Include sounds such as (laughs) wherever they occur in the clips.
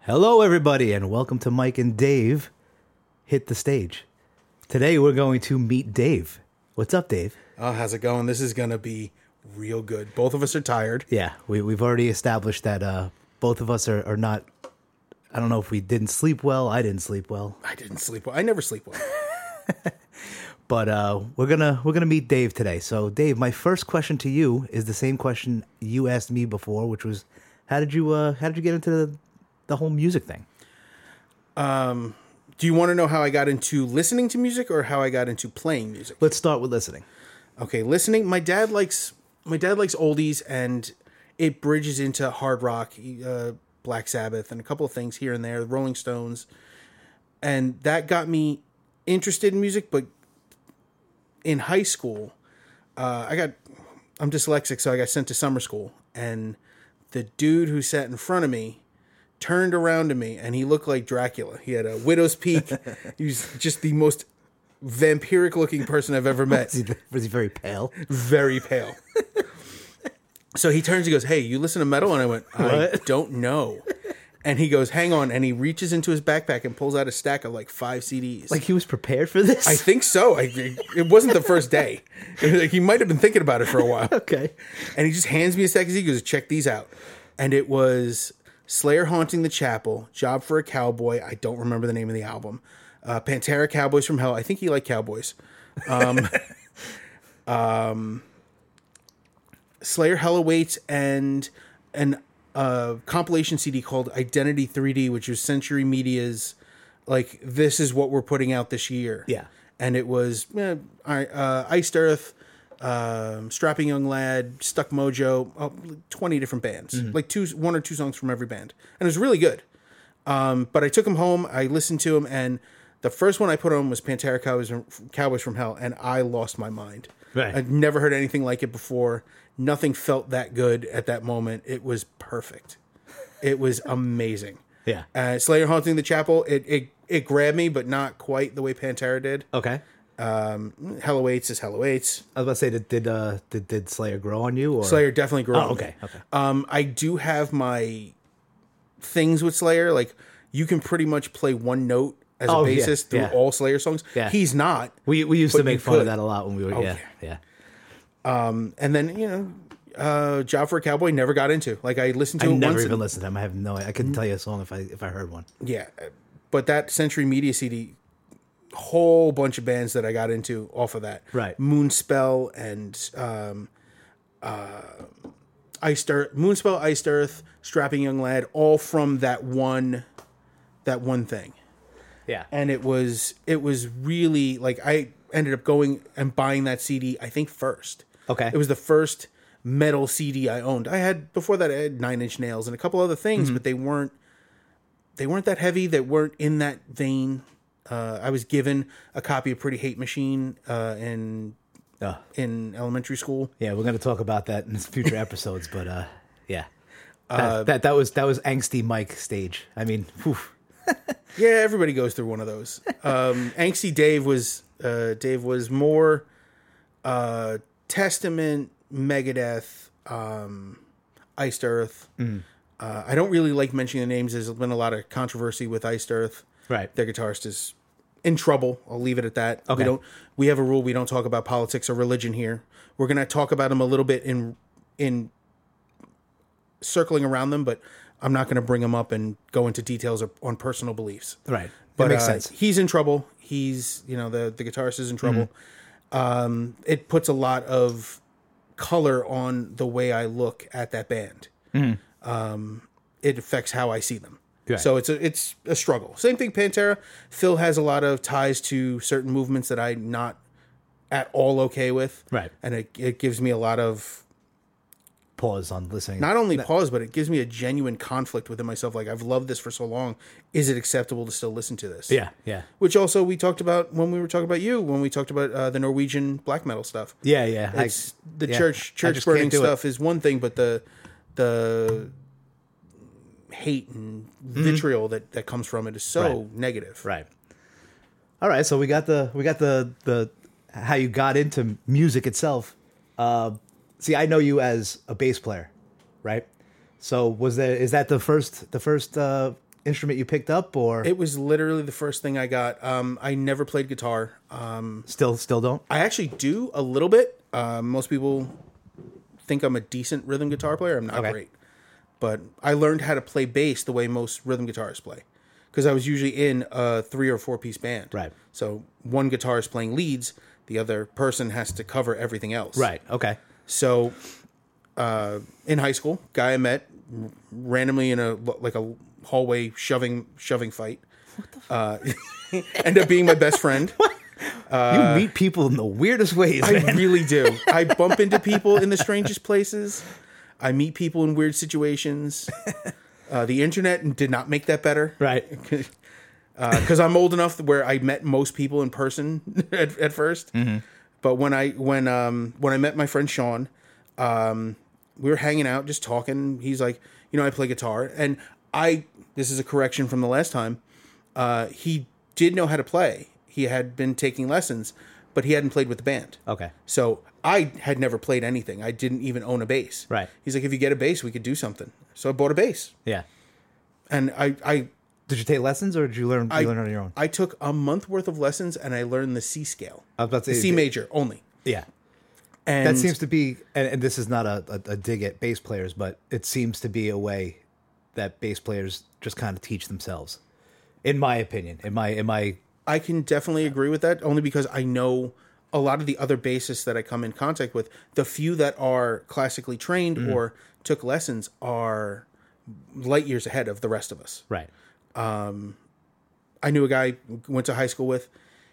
Hello, everybody, and welcome to Mike and Dave Hit the Stage. Today, we're going to meet Dave. What's up, Dave? Oh, how's it going? This is gonna be real good. Both of us are tired. Yeah, we, we've already established that uh, both of us are, are not. I don't know if we didn't sleep well. I didn't sleep well, I didn't sleep well. I never sleep well. but uh, we're gonna we're gonna meet Dave today. So, Dave, my first question to you is the same question you asked me before, which was, how did you uh, how did you get into the, the whole music thing? Do you want to know how I got into listening to music or how I got into playing music? Let's start with listening. (laughs) Okay, listening. My dad likes my dad likes oldies, and it bridges into hard rock, uh, Black Sabbath, and a couple of things here and there, the Rolling Stones, and that got me interested in music. But in high school, uh, I got I'm dyslexic, so I got sent to summer school, and the dude who sat in front of me turned around to me, and he looked like Dracula. He had a widow's peak. he was just the most vampiric looking person I've ever met Was he, was he very pale? very pale. so he turns and goes, Hey, you listen to metal? And I went, I don't know. And he goes, Hang on. And he reaches into his backpack and pulls out a stack of like five CDs. Like he was prepared (laughs) for this? I think so. I, it wasn't the first day. It was like, he might have been thinking about it for a while. okay. And he just hands me a stack of CDs. He goes, Check these out. And it was Slayer Haunting the Chapel, Job for a Cowboy. I don't remember the name of the album. Uh, Pantera Cowboys from Hell. I think he liked Cowboys. Slayer Hell Awaits and an uh, compilation CD called Identity 3D, which was Century Media's like this is what we're putting out this year. Yeah. and it was eh, I- uh, Iced Earth, um, Strapping Young Lad, Stuck Mojo, uh, twenty different bands, like two one or two songs from every band, and it was really good. Um, but I took him home. I listened to him, and the first one I put on was Pantera Cowboys from, Cowboys from Hell, and I lost my mind. Right. I'd never heard anything like it before. Nothing felt that good at that moment. It was perfect. It was (laughs) amazing. Yeah. Uh, Slayer haunting the chapel. It it it grabbed me, but not quite the way Pantera did. Okay. Hell awaits is Hell awaits. I was about to say, did did, uh, did, did Slayer grow on you? Or? Slayer definitely grew. Oh, on me. okay, okay. Um, I do have my things with Slayer. Like you can pretty much play one note as Oh, a yeah, bassist through yeah. all Slayer songs. Yeah. He's not. We we used to But make you fun of could. that a lot when we were yeah yeah. And then you know, uh, Job for a Cowboy never got into. Like I listened to I it never once. even listened to them. I have no. I couldn't tell you a song if I if I heard one. yeah, uh, but that Century Media CD, whole bunch of bands that I got into off of that. Right. Moonspell and um, uh, Iced Earth, Moonspell, Iced Earth, Strapping Young Lad, all from that one, that one thing. Yeah. And it was it was really like I ended up going and buying that CD. I think first. Okay. It was the first metal CD I owned. I had before that I had Nine Inch Nails and a couple other things, but they weren't they weren't that heavy. They weren't in that vein. Uh, I was given a copy of Pretty Hate Machine uh, in Oh. in elementary school. yeah. We're gonna talk about that in (laughs) future episodes, but uh, yeah. That, Uh, that that was that was angsty Mike stage. I mean, whew. Yeah, everybody goes through one of those. Um, (laughs) Angsty Dave was uh, Dave was more uh, Testament, Megadeth, um, Iced Earth. Mm. Uh, I don't really like mentioning the names. There's been a lot of controversy with Iced Earth. Right. their guitarist is in trouble. I'll leave it at that. Okay. We don't. We have a rule. We don't talk about politics or religion here. We're gonna talk about them a little bit in in circling around them, but I'm not gonna bring them up and go into details of, on personal beliefs. right. But that makes uh, sense. He's in trouble. He's you know the the guitarist is in trouble. Mm-hmm. Um, it puts a lot of color on the way I look at that band. Um, it affects how I see them. Mm-hmm. Right. So it's a it's a struggle. Same thing. Pantera. Phil has a lot of ties to certain movements that I'm not at all okay with. Right. And it it gives me a lot of Pause on listening. not only pause, but it gives me a genuine conflict within myself. Like I've loved this for so long. Is it acceptable to still listen to this? yeah. Yeah. which also we talked about when we were talking about you when we talked about uh, the Norwegian black metal stuff. Yeah. Yeah. I- It's the yeah, church I church just can't burning do it. stuff is one thing, but the the hate and vitriol that that comes from it is so negative. Mm-hmm. Right. All right. So we got the we got the the how you got into music itself. Uh, see, I know you as a bass player, right? So was there is that the first the first uh, instrument you picked up, or It was literally the first thing I got. Um, I never played guitar. Um, still still don't? I actually do a little bit. Uh, most people think I'm a decent rhythm guitar player. I'm not Okay. great, but I learned how to play bass the way most rhythm guitarists play, because I was usually in a three or four piece band. Right. So one guitarist playing leads, the other person has to cover everything else. Right. Okay. So, uh, in high school, guy I met r- randomly in a like a hallway shoving shoving fight. (laughs) Uh, end up being my (laughs) best friend. you meet people in the weirdest ways. (laughs) man. I really do. I bump into people in the strangest places. I meet people in weird situations. Uh, the internet did not make that better. Right. because I'm old enough where I met most people in person (laughs) at, at 1st But when I when um when I met my friend Sean, um, we were hanging out just talking. He's like, you know, I play guitar, and I this is a correction from the last time. Uh, he did know how to play. He had been taking lessons, but he hadn't played with the band. Okay. So I had never played anything. I didn't even own a bass. Right. He's like, if you get a bass, we could do something. So I bought a bass, Yeah. and I I Did you take lessons or did you learn you I- learn on your own? I took a month worth of lessons and I learned the C scale, I was about to the say C major only. Yeah. And That seems to be, and, and this is not a, a, a dig at bass players, but it seems to be a way that bass players just kind of teach themselves, in my opinion. In my in my I can definitely agree with that only because I know a lot of the other bassists that I come in contact with, the few that are classically trained Mm. or took lessons are light years ahead of the rest of us. right, I knew a guy went to high school with,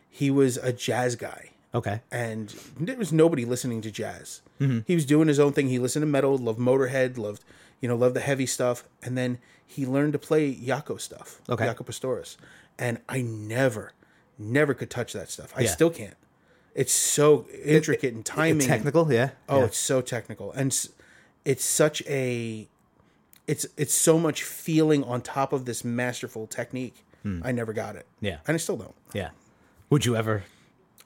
he was a jazz guy. okay, and there was nobody listening to jazz. He was doing his own thing. He listened to metal, loved Motorhead, loved you know, loved the heavy stuff, and then he learned to play Yako stuff, Okay. Yako Pastoris. And I never, never could touch that stuff. I Yeah. still can't. It's so intricate and timing. and- technical, yeah, Oh, yeah. it's so technical, and s- it's such a, it's it's so much feeling on top of this masterful technique. I never got it. Hmm. Yeah. and I still don't. yeah. Would you ever?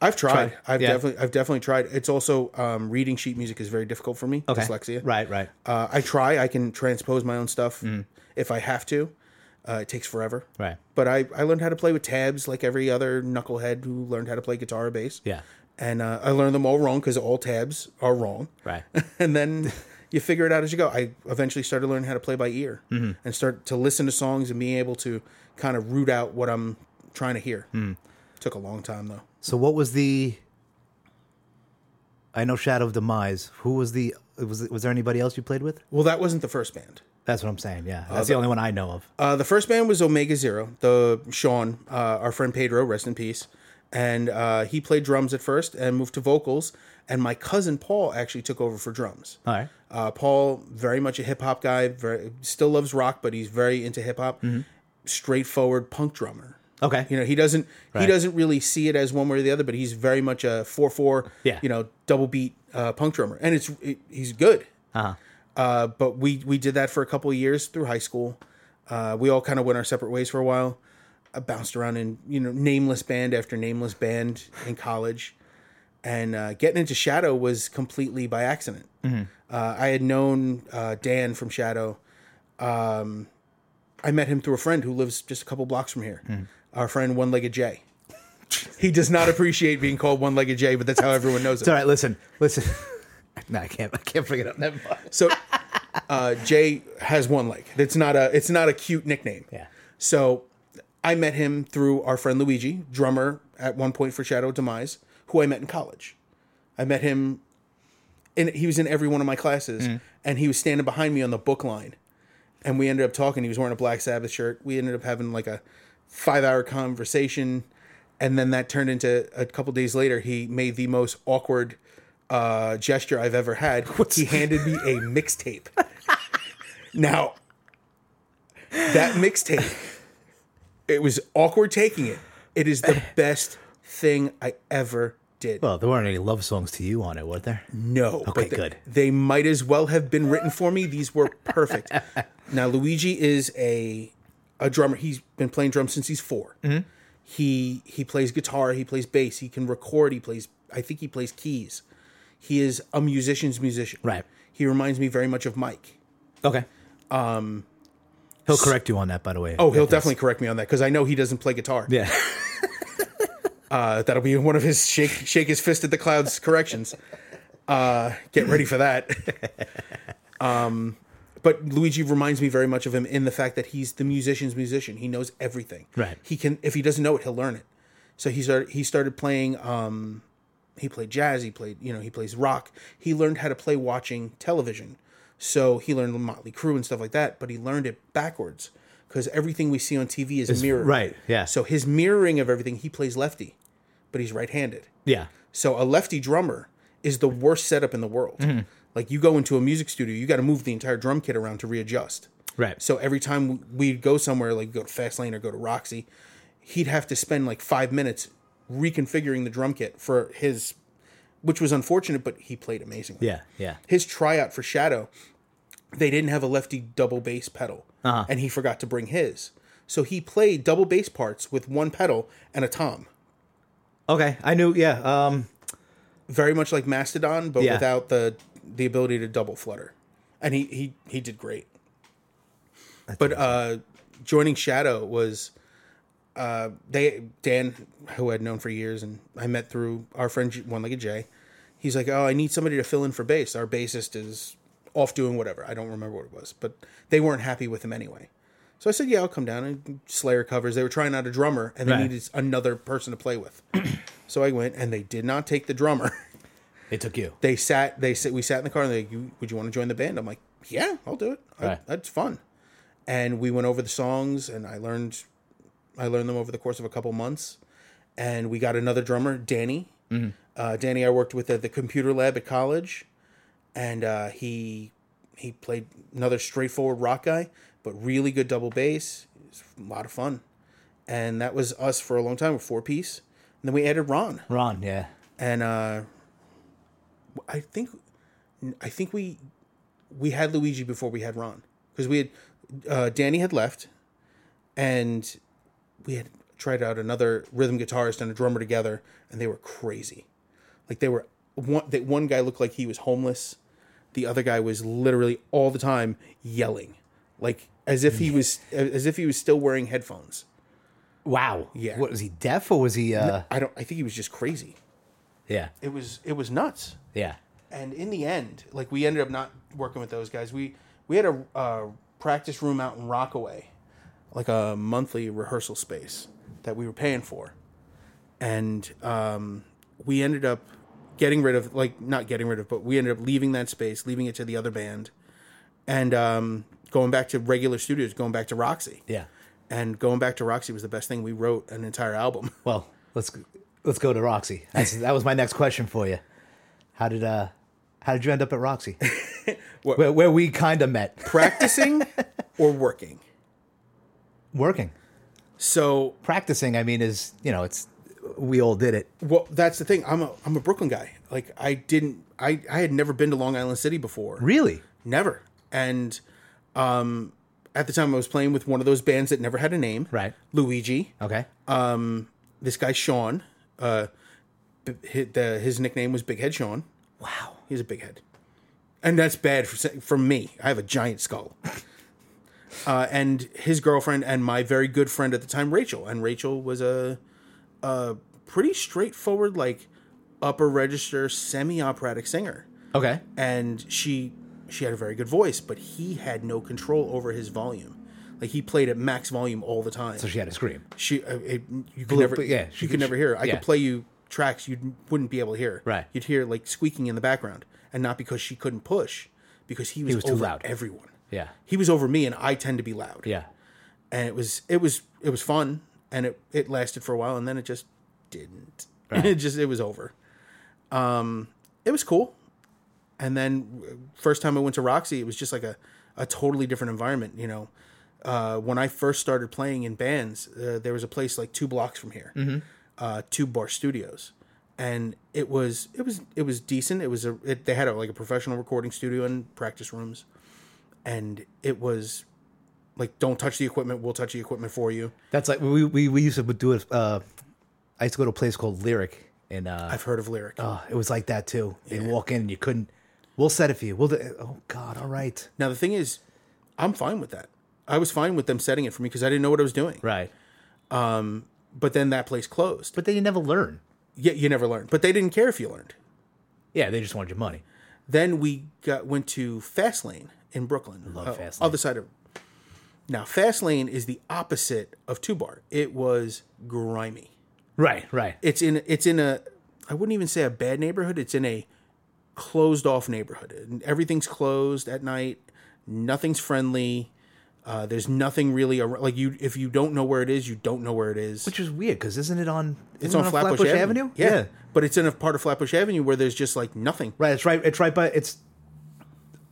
I've tried. Tried. I've Yeah. definitely, I've definitely tried. It's also um, reading sheet music is very difficult for me. Okay. Dyslexia. Right, right. Uh, I try. I can transpose my own stuff if I have to. Uh, it takes forever. Right. But I, I learned how to play with tabs like every other knucklehead who learned how to play guitar or bass. Yeah. And uh, I learned them all wrong because all tabs are wrong. Right. (laughs) and then you figure it out as you go. I eventually started learning how to play by ear Mm-hmm. and start to listen to songs and being able to kind of root out what I'm trying to hear. Mm. Took a long time though. So what was the? I know Shadow of Demise. Who was the? Was was there anybody else you played with? Well, that wasn't the first band. That's what I'm saying. Yeah, that's the only one I know of. Uh, the first band was Omega Zero, the Sean, uh, our friend Pedro, rest in peace. And uh, he played drums at first and moved to vocals. And my cousin Paul actually took over for drums. All right. Uh, Paul, very much a hip hop guy, very, still loves rock, but he's very into hip hop. Mm-hmm. Straightforward punk drummer. Okay. You know, he doesn't he Right. doesn't really see it as one way or the other, but he's very much a four four, Yeah. you know, double beat uh, punk drummer, and it's it, he's good. Uh-huh. Uh, but we we did that for a couple of years through high school. Uh, we all kind of went our separate ways for a while. I bounced around in you know nameless band after nameless band in college, and uh, getting into Shadow was completely by accident. Uh, I had known uh, Dan from Shadow. Um, I met him through a friend who lives just a couple blocks from here. Our friend One Legged Jay. he does not appreciate being called One Legged Jay, but that's how everyone knows It's all him. right. Listen, listen. (laughs) no, I can't. I can't bring it up. Never mind. So uh, Jay has one leg. It's not a it's not a cute nickname. Yeah. So I met him through our friend Luigi, drummer at one point for Shadow Demise, who I met in college. I met him and he was in every one of my classes and he was standing behind me on the book line. And we ended up talking. He was wearing a Black Sabbath shirt. We ended up having like a five hour conversation. And then that turned into a couple days later, he made the most awkward uh, gesture I've ever had. He handed me a mixtape. now, that mixtape. It was awkward taking it. It is the best thing I ever did. Well, there weren't any love songs to you on it, were there? no, okay, they, good. They might as well have been written for me. These were perfect. (laughs) now Luigi is a a drummer. He's been playing drums since he's 4 Mm-hmm. He he plays guitar. He plays bass. He can record. He plays. I think he plays keys. He is a musician's musician. Right. Um, He reminds me very much of Mike. Okay. He'll correct you on that, by the way. Oh, he'll definitely correct me on that because I know he doesn't play guitar. (laughs) Yeah. Uh, that'll be one of his shake shake his fist at the clouds corrections. Uh, get ready for that. (laughs) um, but Luigi reminds me very much of him in the fact that he's the musician's musician. He knows everything. Right. He can if he doesn't know it, he'll learn it. So he started he started playing. Um, he played jazz. He played you know he plays rock. He learned how to play watching television. So he learned Motley Crue and stuff like that. But he learned it backwards because everything we see on TV is mirrored. right, yeah. So his mirroring of everything, he plays lefty, but he's right-handed. yeah. So a lefty drummer is the worst setup in the world. Mm-hmm. Like you go into a music studio, you got to move the entire drum kit around to readjust. Right. So every time we'd go somewhere, like go to Fastlane or go to Roxy, he'd have to spend like five minutes reconfiguring the drum kit for his, which was unfortunate, but he played amazingly. yeah, yeah. His tryout for Shadow, they didn't have a lefty double bass pedal, Uh-huh. and he forgot to bring his. So he played double bass parts with one pedal and a tom. Okay, I knew. Yeah, um, very much like Mastodon, but Yeah. without the the ability to double flutter. And he he he did great. but uh, joining Shadow was uh, they Dan, who I'd known for years, and I met through our friend J- One Legged Jay. He's like, oh, I need somebody to fill in for bass. Our bassist is off doing whatever. I don't remember what it was, but they weren't happy with him anyway. So I said, yeah, I'll come down and Slayer covers. They were trying out a drummer, and they Right. needed another person to play with. (clears throat) so I went, and they did not take the drummer. (laughs) it took you. they sat they sit we sat in the car and they're like you, would you want to join the band i'm like yeah i'll do it I, Right. that's fun and we went over the songs and i learned i learned them over the course of a couple months and we got another drummer danny uh, danny i worked with at the computer lab at college and uh, he he played another straightforward rock guy but really good double bass it was a lot of fun and that was us for a long time with four piece and then we added ron Ron, yeah, and uh I think I think we we had Luigi before we had Ron because we had uh, Danny had left and we had tried out another rhythm guitarist and a drummer together and they were crazy like they were one that one guy looked like he was homeless the other guy was literally all the time yelling like as if he was as if he was still wearing headphones wow. Yeah. what was he deaf or was he? uh I don't I think he was just crazy Yeah, it was it was nuts yeah, and in the end, like we ended up not working with those guys. We we had a uh, practice room out in Rockaway, like a monthly rehearsal space that we were paying for, and um, we ended up getting rid of like not getting rid of, but we ended up leaving that space, leaving it to the other band, and um, going back to regular studios, going back to Roxy, yeah. and going back to Roxy was the best thing. We wrote an entire album. (laughs) Well, let's let's go to Roxy. That's, that was my next question for you. How did uh how did you end up at Roxy? (laughs) where, where we kind of met, Practicing or working. working, So practicing. I mean, is you know, it's we all did it. well that's the thing i'm a i'm a brooklyn guy like i didn't i i had never been to long island city before Really? never and um at the time i was playing with one of those bands that never had a name Right. luigi Okay. this guy sean uh b- hi- the, his nickname was big head sean wow. he's a big head and that's bad for, sa- for me i have a giant (laughs) skull uh, and his girlfriend and my very good friend at the time rachel and rachel was a, a pretty straightforward like upper register semi-operatic singer Okay. and she she had a very good voice but he had no control over his volume like he played at max volume all the time So she had to scream. she uh, it, you could never but yeah, she you could could- never hear. Her. I yeah. could play you tracks you wouldn't be able to hear. Right. you'd hear like squeaking in the background, and not because she couldn't push, because he was, was too over loud. Everyone, Yeah. he was over me, and I tend to be loud. Yeah. and it was it was it was fun, and it it lasted for a while, and then it just didn't. (laughs) it just it was over. Um, it was cool, and then uh, first time I went to Roxy, it was just like a a totally different environment. You know, uh, when I first started playing in bands, uh, there was a place like two blocks from here, uh, Tube Bar Studios, and it was it was it was decent. It was a it, they had a, like a professional recording studio and practice rooms, and it was like don't touch the equipment. We'll touch the equipment for you. That's like we we, we used to do it. Uh, I used to go to a place called Lyric, and uh, I've heard of Lyric. oh, it was like that too. They'd walk in and you couldn't. We'll set it for you. We'll do. Oh God! All right. Now the thing is, I'm fine with that. I was fine with them setting it for me because I didn't know what I was doing. Right. But then that place closed. But then you never learn. Yeah, you never learned. But they didn't care if you learned. Yeah, they just wanted your money. Then we got went to Fastlane in Brooklyn. Oh, Love Fastlane. Other side of now, Fastlane is the opposite of Two Bar. It was grimy. Right, right. It's in it's in a I wouldn't even say a bad neighborhood. It's in a closed off neighborhood. And Everything's closed at night. Nothing's friendly. Uh, there's nothing really ar- like you. If you don't know where it is, you don't know where it is. Which is weird because isn't it on? Isn't it's it on Flatbush, Avenue. Yeah. but it's in a part of Flatbush Avenue where there's just like nothing. Right. It's right. It's right by. It's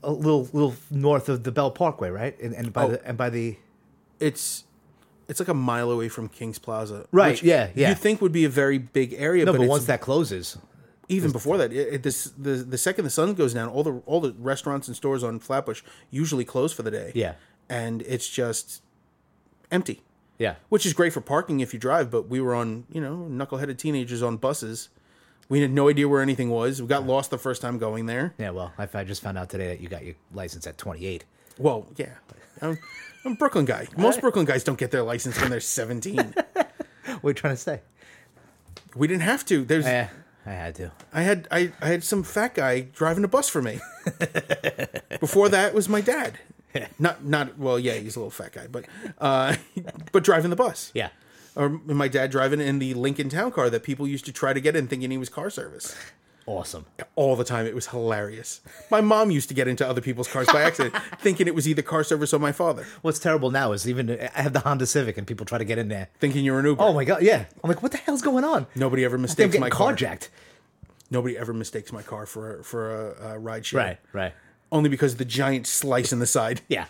a little little north of the Bell Parkway, right? And, and by the and by the It's it's like a mile away from King's Plaza. Right, yeah, yeah. You think would be a very big area, no, but, but it's once that closes, even before that, it, it, this, the the second the sun goes down, all the all the restaurants and stores on Flatbush usually close for the day. Yeah. and it's just empty, yeah, which is great for parking if you drive. But we were on you know knuckleheaded teenagers on buses. We had no idea where anything was. We got lost the first time going there. yeah. Well, I, I just found out today that you got your license at 28. Well, yeah, I'm, I'm a Brooklyn guy. Most Brooklyn guys don't get their license when they're 17. (laughs) What are you trying to say? we didn't have to. (laughs) There's Yeah, Eh, I had to. I had I, I had some fat guy driving a bus for (laughs) me. Before that was my dad. Not not well, yeah, he's a little fat guy, but uh, (laughs) but driving the bus. Yeah. Or my dad driving in the Lincoln Town Car that people used to try to get in thinking he was car service Awesome. all the time. It was hilarious. My mom used to get into other people's cars (laughs) by accident, thinking it was either car service or my father, What's terrible now is even eh, I have the Honda Civic and people try to get in there. thinking you're an Uber. Oh my god, yeah. I'm like, what the hell's going on? Nobody ever I'm mistakes getting my car. carjacked. Nobody ever mistakes my car for a, for a, a ride share. Right, right. Only because of the giant slice in the side. Yeah.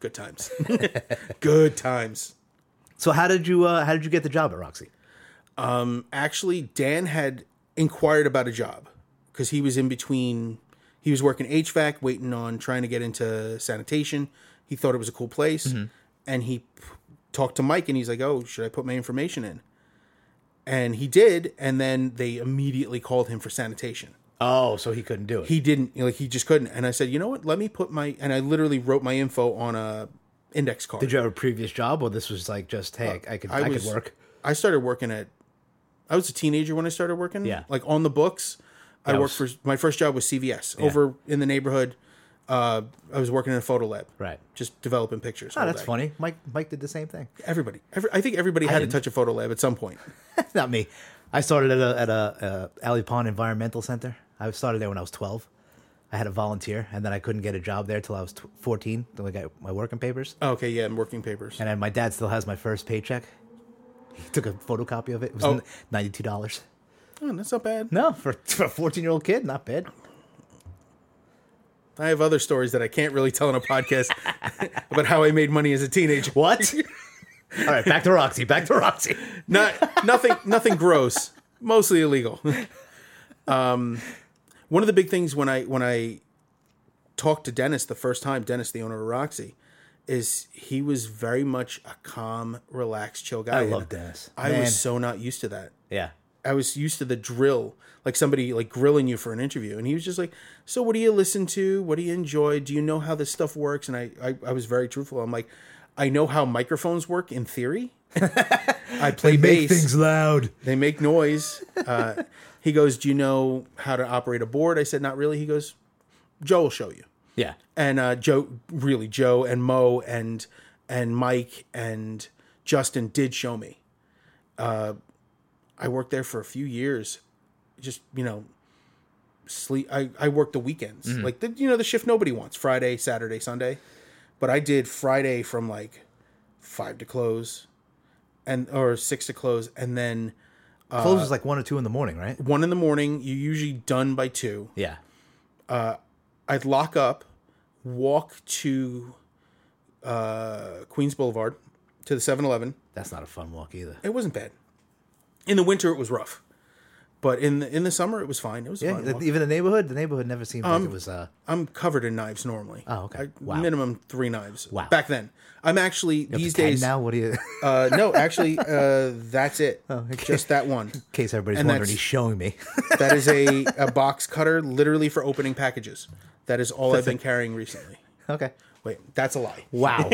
Good times. (laughs) Good times. So how did you uh, how did you get the job at Roxy? Actually, Dan had inquired about a job because he was in between. He was working HVAC, waiting on trying to get into sanitation. He thought it was a cool place, and he p- talked to Mike, and he's like, "Oh, should I put my information in?" And he did, and then they immediately called him for sanitation. Oh, so he couldn't do it. he didn't like he just couldn't and i said you know what let me put my and i literally wrote my info on a index card did you have a previous job, or this was like just hey, I could I, was- could work. i started working at i was a teenager when i started working Yeah. like on the books i That worked was- for my first job was cvs over in the neighborhood uh i was working in a photo lab Right. just developing pictures Oh, all that's day. funny. Mike Mike did the same thing. everybody every, i think everybody had to didn't. touch a photo lab at some point (laughs) Not me. I started at a at a uh, Alley Pond Environmental Center. I started there when I was twelve. I had a volunteer, and then I couldn't get a job there till I was tw- fourteen. Then I got my working papers, Oh, okay yeah i'm working papers and then my dad still has my first paycheck. He took a photocopy of it. It was Oh. ninety two dollars. oh, that's not bad No, for, for a fourteen year old kid, not bad. i have other stories that i can't really tell on a podcast (laughs) about how i made money as a teenager What? (laughs) All right, back to Roxy. Back to Roxy. not nothing nothing gross mostly illegal um one of the big things when i when i talked to dennis the first time dennis the owner of roxy is he was very much a calm relaxed chill guy I And love Dennis. i Man. was so not used to that Yeah. i was used to the drill like somebody like grilling you for an interview and he was just like so what do you listen to what do you enjoy do you know how this stuff works and i i, I was very truthful i'm like i know how microphones work in theory (laughs) i play bass loud. they make noise. Uh, he goes, Do you know how to operate a board? I said, Not really. He goes, Joe will show you. Yeah. And uh, Joe, really, Joe and Mo and and Mike and Justin did show me. Uh, I worked there for a few years, just you know, sleep. I I worked the weekends, like the you know the shift nobody wants Friday, Saturday, Sunday, but I did Friday from like five to close, and or six to close, and then Uh, Closes like one or two in the morning, right? one in the morning. You're usually done by two. Yeah. I'd lock up, walk to uh, Queens Boulevard to the 7 Eleven. That's not a fun walk either. It wasn't bad. In the winter, it was rough. But in the, in the summer, it was fine. It was Yeah, fine. the- walk. Um, even the neighborhood. The neighborhood never seemed like it was. Uh, I'm covered in knives normally. Oh, okay. I- Wow. Minimum three knives. Wow. Back then. I'm actually, these the 10 days. now. Oh, What do you? (laughs) Uh, no, actually, uh, that's it. Just that one. In case everybody's And wondering, that's- he's showing me. (laughs) That is a, a box cutter literally for opening packages. That is all I've been carrying recently. okay. Wait, that's a lie. (laughs) Wow.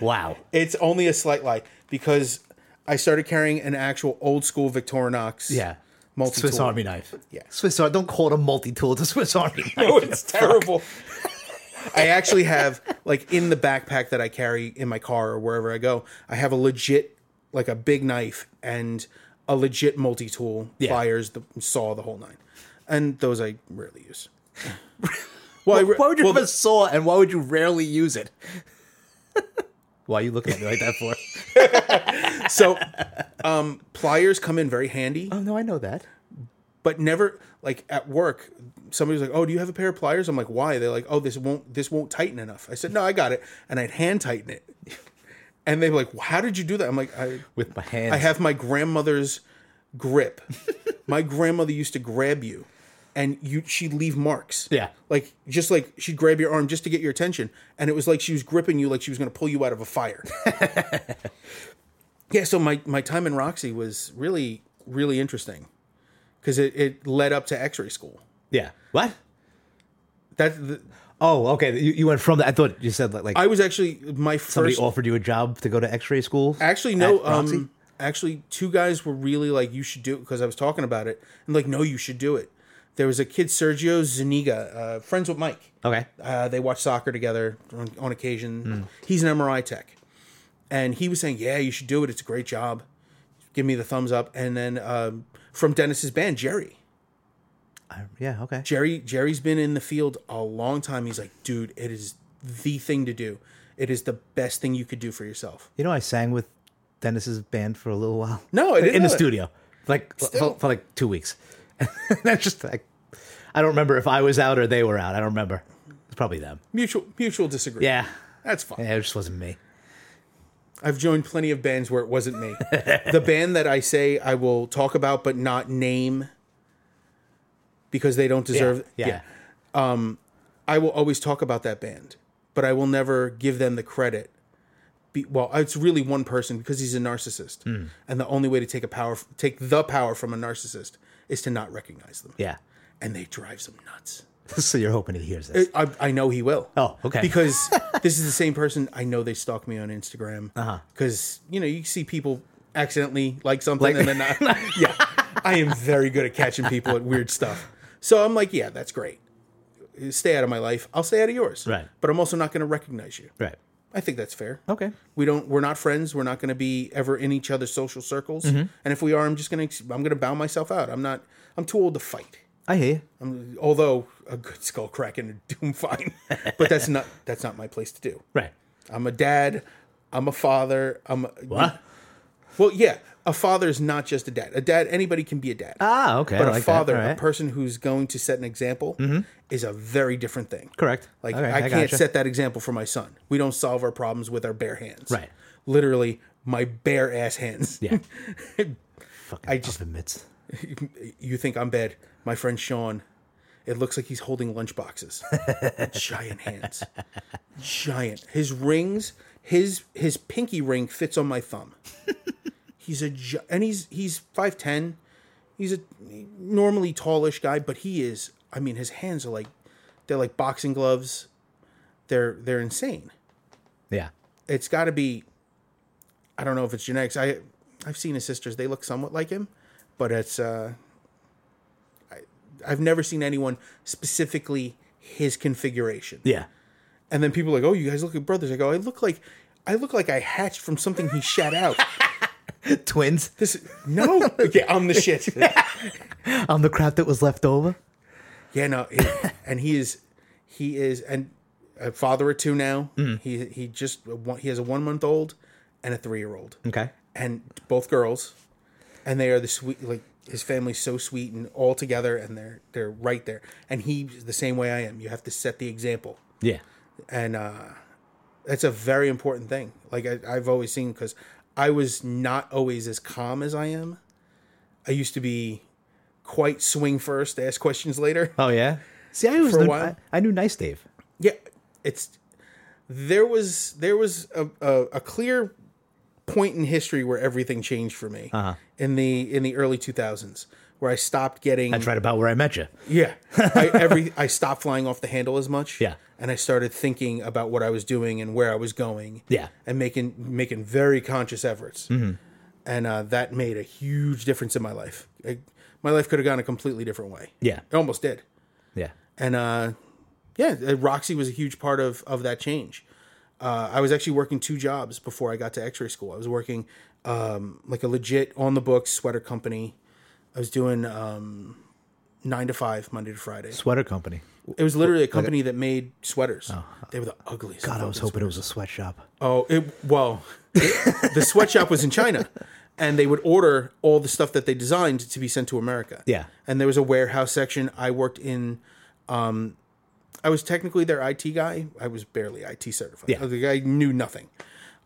wow. It's only a slight lie because I started carrying an actual old school Victorinox. Yeah. Multi-tool. Swiss Army knife. Yeah. Swiss Army. Don't call it a multi-tool. It's a Swiss Army knife. (laughs) (laughs) Oh, it's terrible. I actually have like in the backpack that I carry in my car or wherever I go, I have a legit like a big knife and a legit multi tool, pliers, the saw, the whole nine, and those I rarely (laughs) use. well, I re- Why would you (laughs) well, have a saw and why would you rarely use it? (laughs) why are you looking at me like that (laughs) for? so um, pliers come in very handy. oh, no, I know that. but never like at work somebody was like oh do you have a pair of pliers i'm like why they're like oh this won't this won't tighten enough i said no i got it and i'd hand tighten it (laughs) and they were like how did you do that i'm like i With my hands. i have my grandmother's (laughs) grip my grandmother used to grab you and you she'd leave marks Yeah. like just like she'd grab your arm just to get your attention and it was like she was gripping you like she was going to pull you out of a fire (laughs) yeah so my my time in roxy was really really interesting because it, it led up to x-ray school Yeah. What? that the, Oh, okay. You, you went from that. I thought you said like, like i was actually my somebody first offered you a job to go to x-ray school. actually no at Roxy? um actually two guys were really like you should do it because i was talking about it and like no you should do it there was a kid sergio zuniga uh, friends with mike okay. Uh, they watch soccer together on, on Hmm. occasion. He's an MRI tech, and he was saying, "Yeah, you should do it. It's a great job. Give me the thumbs up." And then um, from Dennis's band, Jerry. I- yeah, okay. Jerry Jerry's been in the field a long time. He's like, "Dude, it is the thing to do. It is the best thing you could do for yourself." You know, I sang with Dennis's band for a little while. No, I didn't in the know that. studio, like for- Still. for, like two weeks. (laughs) That's just like I don't remember if I was out or they were out. I don't remember. It's probably them. Mutual mutual disagreement. Yeah, that's fine. yeah, it just wasn't me. I've joined plenty of bands where it wasn't me. the band that I say I will talk about but not name because they don't deserve. yeah. I will always talk about that band, but I will never give them the credit. Be, well, it's really one person because he's a narcissist, Hmm. and the only way to take a power, take the power from a narcissist, is to not recognize them. yeah. (laughs) and they drive some nuts. so you're hoping he hears this? I, I know he will. Oh, okay. (laughs) Because this is the same person. I know they stalk me on Instagram. Uh-huh. Because you know you see people accidentally like something and then not. (laughs) yeah, I am very good at catching people at weird stuff. So I'm like, yeah, that's great. Stay out of my life. I'll stay out of yours. Right. But I'm also not going to recognize you. right. I think that's fair. Okay. We don't. We're not friends. We're not going to be ever in each other's social circles. Mm-hmm. And if we are, I'm just going to. I'm going to bow myself out. I'm not. I'm too old to fight. I hear you. I'm, although a good skull cracking would do 'em fine, (laughs) but that's not that's not my place to do. Right. I'm a dad. I'm a father. I'm a, What? well, yeah. A father is not just a dad. A dad, anybody can be a dad. Ah, okay. but I a like that. father, All a right. person who's going to set an example, Mm-hmm. is a very different thing. Correct. Like All right, I, can't gotcha. set that example for my son. We don't solve our problems with our bare hands. Right. Literally, my bare ass hands. (laughs) Yeah. Fucking I just- puffin mitts. (laughs) you think I'm bad. My friend Sean, it looks like he's holding lunchboxes. Giant hands. Giant. His rings, his his pinky ring fits on my thumb. He's a gi- and he's he's 5'10. He's a normally tallish guy, but he is I mean his hands are like they're like boxing gloves. They're they're insane Yeah. it's got to be i don't know if it's genetics i i've seen his sisters they look somewhat like him but it's uh I, i've never seen anyone specifically his configuration Yeah. and then people are like oh you guys look like brothers i go i look like i look like i hatched from something he shat (laughs) out Twins. this no okay i'm the shit On the crap that was left over. (laughs) Yeah, no, it- and he is, he is, and a father of two now. He he just he has a one month old and a three year old. Okay. and both girls, and they are the sweet like his family's so sweet and all together, and they're they're right there. And he's the same way I am. You have to set the example, Yeah. and uh, that's a very important thing. Like I, I've always seen because I was not always as calm as I am. I used to be quite swing first, ask questions later. (laughs) Oh yeah. See, I was For a knew, I, while. I knew nice Dave. Yeah, it's there was there was a, a, a clear point in history where everything changed for me Uh-huh. in the in the early 2000s where I stopped getting That's right about where I met you. (laughs) yeah I, every I stopped flying off the handle as much Yeah. and I started thinking about what I was doing and where I was going. Yeah. Mm-hmm. and making making very conscious efforts, and uh, that made a huge difference in my life. I, my life could have gone a completely different way. Yeah. it almost did. Yeah. And uh, yeah, uh, Roxy was a huge part of of that change. Uh, I was actually working two jobs before I got to X-ray school. I was working um, like a legit on the books sweater company. I was doing um, nine to five Monday to Friday. Sweater company. It was literally a company that made sweaters. They were the ugliest. God, I was fucking hoping it was a sweatshop. Oh, it well, the sweatshop was in China, and they would order all the stuff that they designed to be sent to America. Yeah. and there was a warehouse section. I worked in. Um, I was technically their IT guy. I was barely IT certified. Yeah. the guy knew nothing,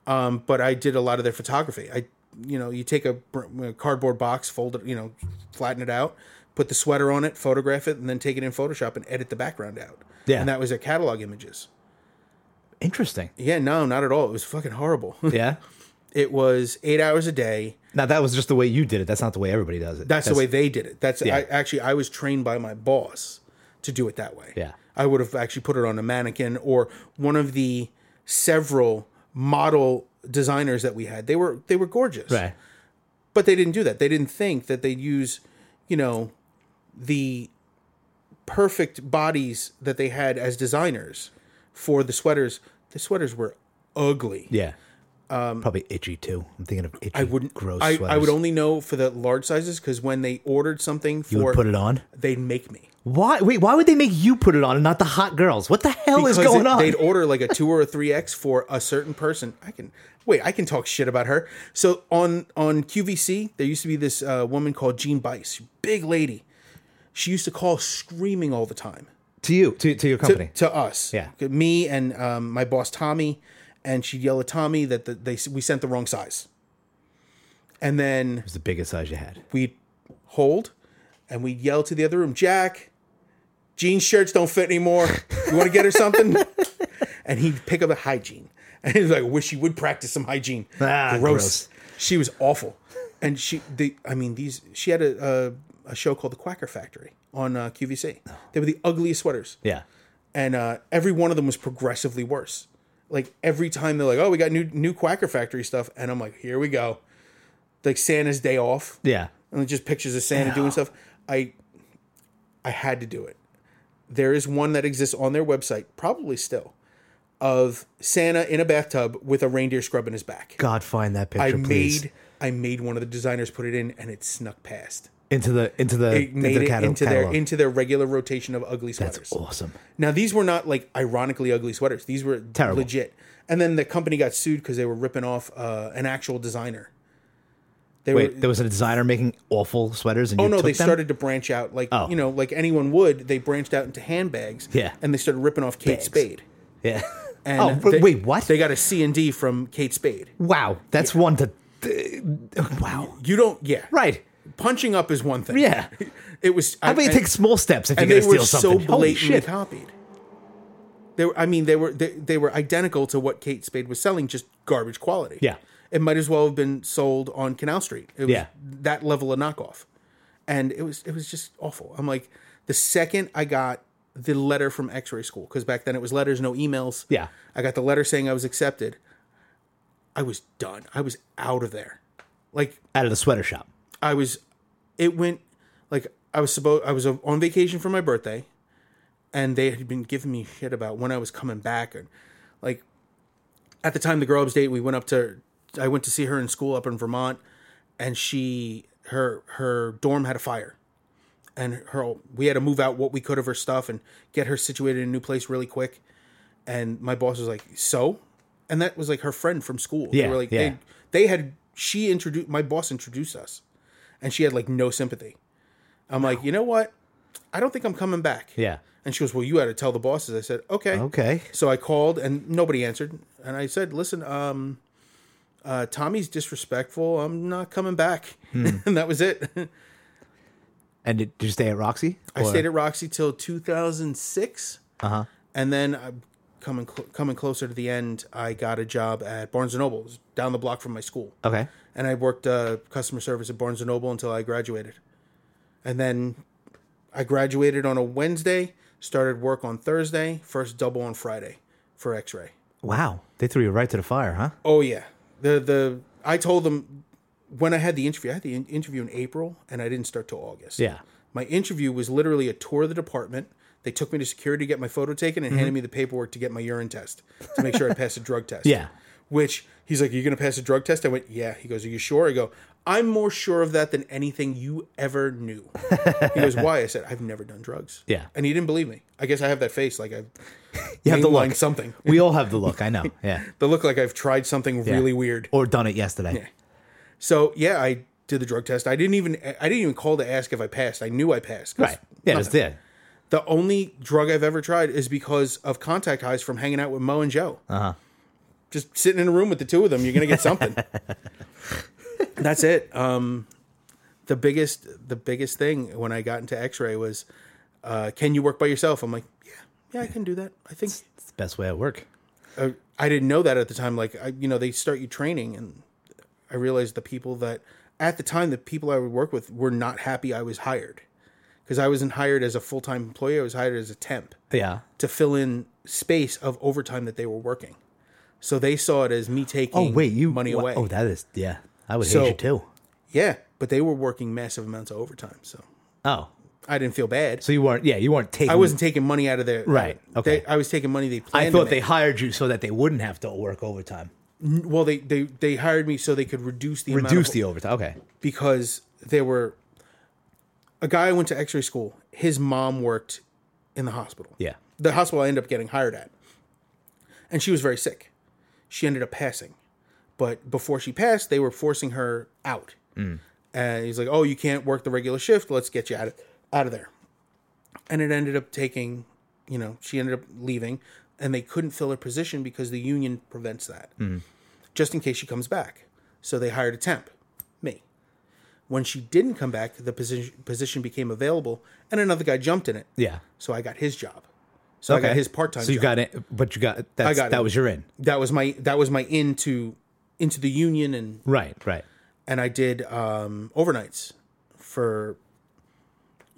um, but I did a lot of their photography. I, you know, you take a, br- a cardboard box, fold it, you know, flatten it out, put the sweater on it, photograph it, and then take it in Photoshop and edit the background out. Yeah. and that was their catalog images. Interesting. Yeah, no, not at all. It was fucking horrible. (laughs) Yeah. It was eight hours a day. (laughs) Now that was just the way you did it. That's not the way everybody does it. That's, the way they did it. That's I, Yeah. actually I was trained by my boss to do it that way. Yeah. I would have actually put it on a mannequin or one of the several model designers that we had. They were they were gorgeous, Right. but they didn't do that. They didn't think that they'd use, you know, the perfect bodies that they had as designers for the sweaters. The sweaters were ugly. (laughs) Yeah. Probably itchy too. I'm thinking of itchy. Um, I wouldn't gross. I, sweaters. I would only know for the large sizes because when they ordered something for You would put it on. they'd make me. Why? Wait. Why would they make you put it on and not the hot girls? What the hell is Because going it- on? They'd order like a two or a three X for a certain person. I can wait. I can talk shit about her. So on on QVC, there used to be this uh, woman called Jean Bice, big lady. She used to call screaming all the time to you. To, to your company. to us. Yeah. me and um, my boss Tommy, and she'd yell at Tommy that the, they we sent the wrong size. And then it was the biggest size you had. we'd hold and we'd yell to the other room, Jack, jean shirts don't fit anymore. You want to get her something? (laughs) and he'd pick up a hygiene. And he was like, wish you would practice some hygiene. Ah, gross. She was awful. And she, the, I mean, these, she had a, a, a show called The Quacker Factory on uh, QVC. They were the ugliest sweaters Yeah. and uh, every one of them was progressively worse. Like every time they're like, "Oh, we got new new Quacker Factory stuff," and I'm like, "Here we go." Like Santa's day off, Yeah. and just pictures of Santa doing stuff. I, I had to do it. There is one that exists on their website, probably still, of Santa in a bathtub with a reindeer scrub in his back. God, find that picture, I please. made I made one of the designers put it in, and it snuck past. into the into the It into made the it catalog. into their into their regular rotation of ugly sweaters. That's awesome. Now these were not like ironically ugly sweaters. These were Terrible. legit. And then the company got sued because they were ripping off uh, an actual designer. They Wait, were there was a designer making awful sweaters, and oh you no, took they them? started to branch out like Oh. you know like anyone would. They branched out into handbags. Yeah. and they started ripping off Kate Bags. Spade. Yeah. (laughs) And oh but they- wait, what? They got a C and D from Kate Spade. wow, that's one to. wow. You don't. Yeah. Right. Punching up is one thing. Yeah. (laughs) It was. How about you I, take small steps if you're and they going to were steal so something? Holy blatantly shit. copied. They were, I mean, they were they, they were identical to what Kate Spade was selling, just garbage quality. Yeah. it might as well have been sold on Canal Street. It was Yeah. that level of knockoff, and it was it was just awful. I'm like, the second I got the letter from X-ray school, because back then it was letters, no emails. Yeah. I got the letter saying I was accepted. I was done. I was out of there. Like Out of the sweater shop. I was it went like I was supposed I was on vacation for my birthday and they had been giving me shit about when I was coming back and like at the time the girl I was dating we went up to I went to see her in school up in Vermont and she her her dorm had a fire and her we had to move out what we could of her stuff and get her situated in a new place really quick and my boss was like so and that was like her friend from school they Yeah, were like yeah. they, they had she introduced my boss introduced us and she had like no sympathy i'm like you know what i don't think i'm coming back Yeah. and she goes well you had to tell the bosses i said okay Okay. so I called and nobody answered. And I said, listen, um, uh, Tommy's disrespectful. I'm not coming back. (laughs) and that was it. And did, did you stay at Roxy? I stayed at Roxy till 2006. Uh-huh. And then I, coming, cl- coming closer to the end, I got a job at Barnes & Noble. It was down the block from my school. Okay. And I worked uh, customer service at Barnes & Noble until I graduated. And then I graduated on a Wednesday. Started work on Thursday, first double on Friday for X Ray. Wow, they threw you right to the fire, huh? Oh yeah, the the I told them when I had the interview. I had the in- interview in April, and I didn't start till August. Yeah. my interview was literally a tour of the department. They took me to security to get my photo taken and Mm-hmm. handed me the paperwork to get my urine test to make sure I passed a drug test. Yeah. Which he's like, Are you going to pass a drug test? I went, Yeah. He goes, Are you sure? I go, I'm more sure of that than anything you ever knew. he goes, Why? I said, I've never done drugs. Yeah. And he didn't believe me. I guess I have that face. Like I've You have the mainlined look. something. We all have the look. (laughs) I know. Yeah. They look like I've tried something really weird. Or done it yesterday. So yeah, I did the drug test. I didn't even I didn't even call to ask if I passed. I knew I passed. 'cause Right. Yeah, it's there. The only drug I've ever tried is because of contact highs from hanging out with Mo and Joe. Uh-huh. Just sitting in a room with the two of them, you're gonna get something. That's it. Um, the biggest the biggest thing when I got into X-ray was, uh, can you work by yourself? I'm like, yeah, yeah, I can do that. I think It's the best way at work. uh, I didn't know that at the time. Like, I, you know, they start you training, and I realized the people that at the time the people I would work with were not happy I was hired because I wasn't hired as a full time employee. I was hired as a temp Yeah. to fill in space of overtime that they were working. So they saw it as me taking Oh wait, you money wa- away. Oh, that is yeah. I would So- hate you too. yeah, but they were working massive amounts of overtime, so Oh, I didn't feel bad. so you weren't? Yeah, you weren't taking. I wasn't taking money out of their uh, Right, okay. They, I was taking money they planned. I thought to they make. hired you so that they wouldn't have to work overtime, well they, they they hired me so they could reduce the amount reduce of the overtime. Okay. because there were a guy I went to X-ray school. His mom worked in the hospital. Yeah. the hospital I ended up getting hired at, and she was very sick. She ended up passing, but before she passed, they were forcing her out. And he's like, "Oh, you can't work the regular shift. Let's get you out of out of there." And it ended up taking, you know, she ended up leaving, and they couldn't fill her position because the union prevents that, just in case she comes back. So they hired a temp, me. When she didn't come back, the position position became available, and another guy jumped in it. Yeah. So I got his job. So I got his part time. So you job. got it, but you got that's, got that it. was your in. that was my that was my into into the union and Right. Right. and I did um, overnights for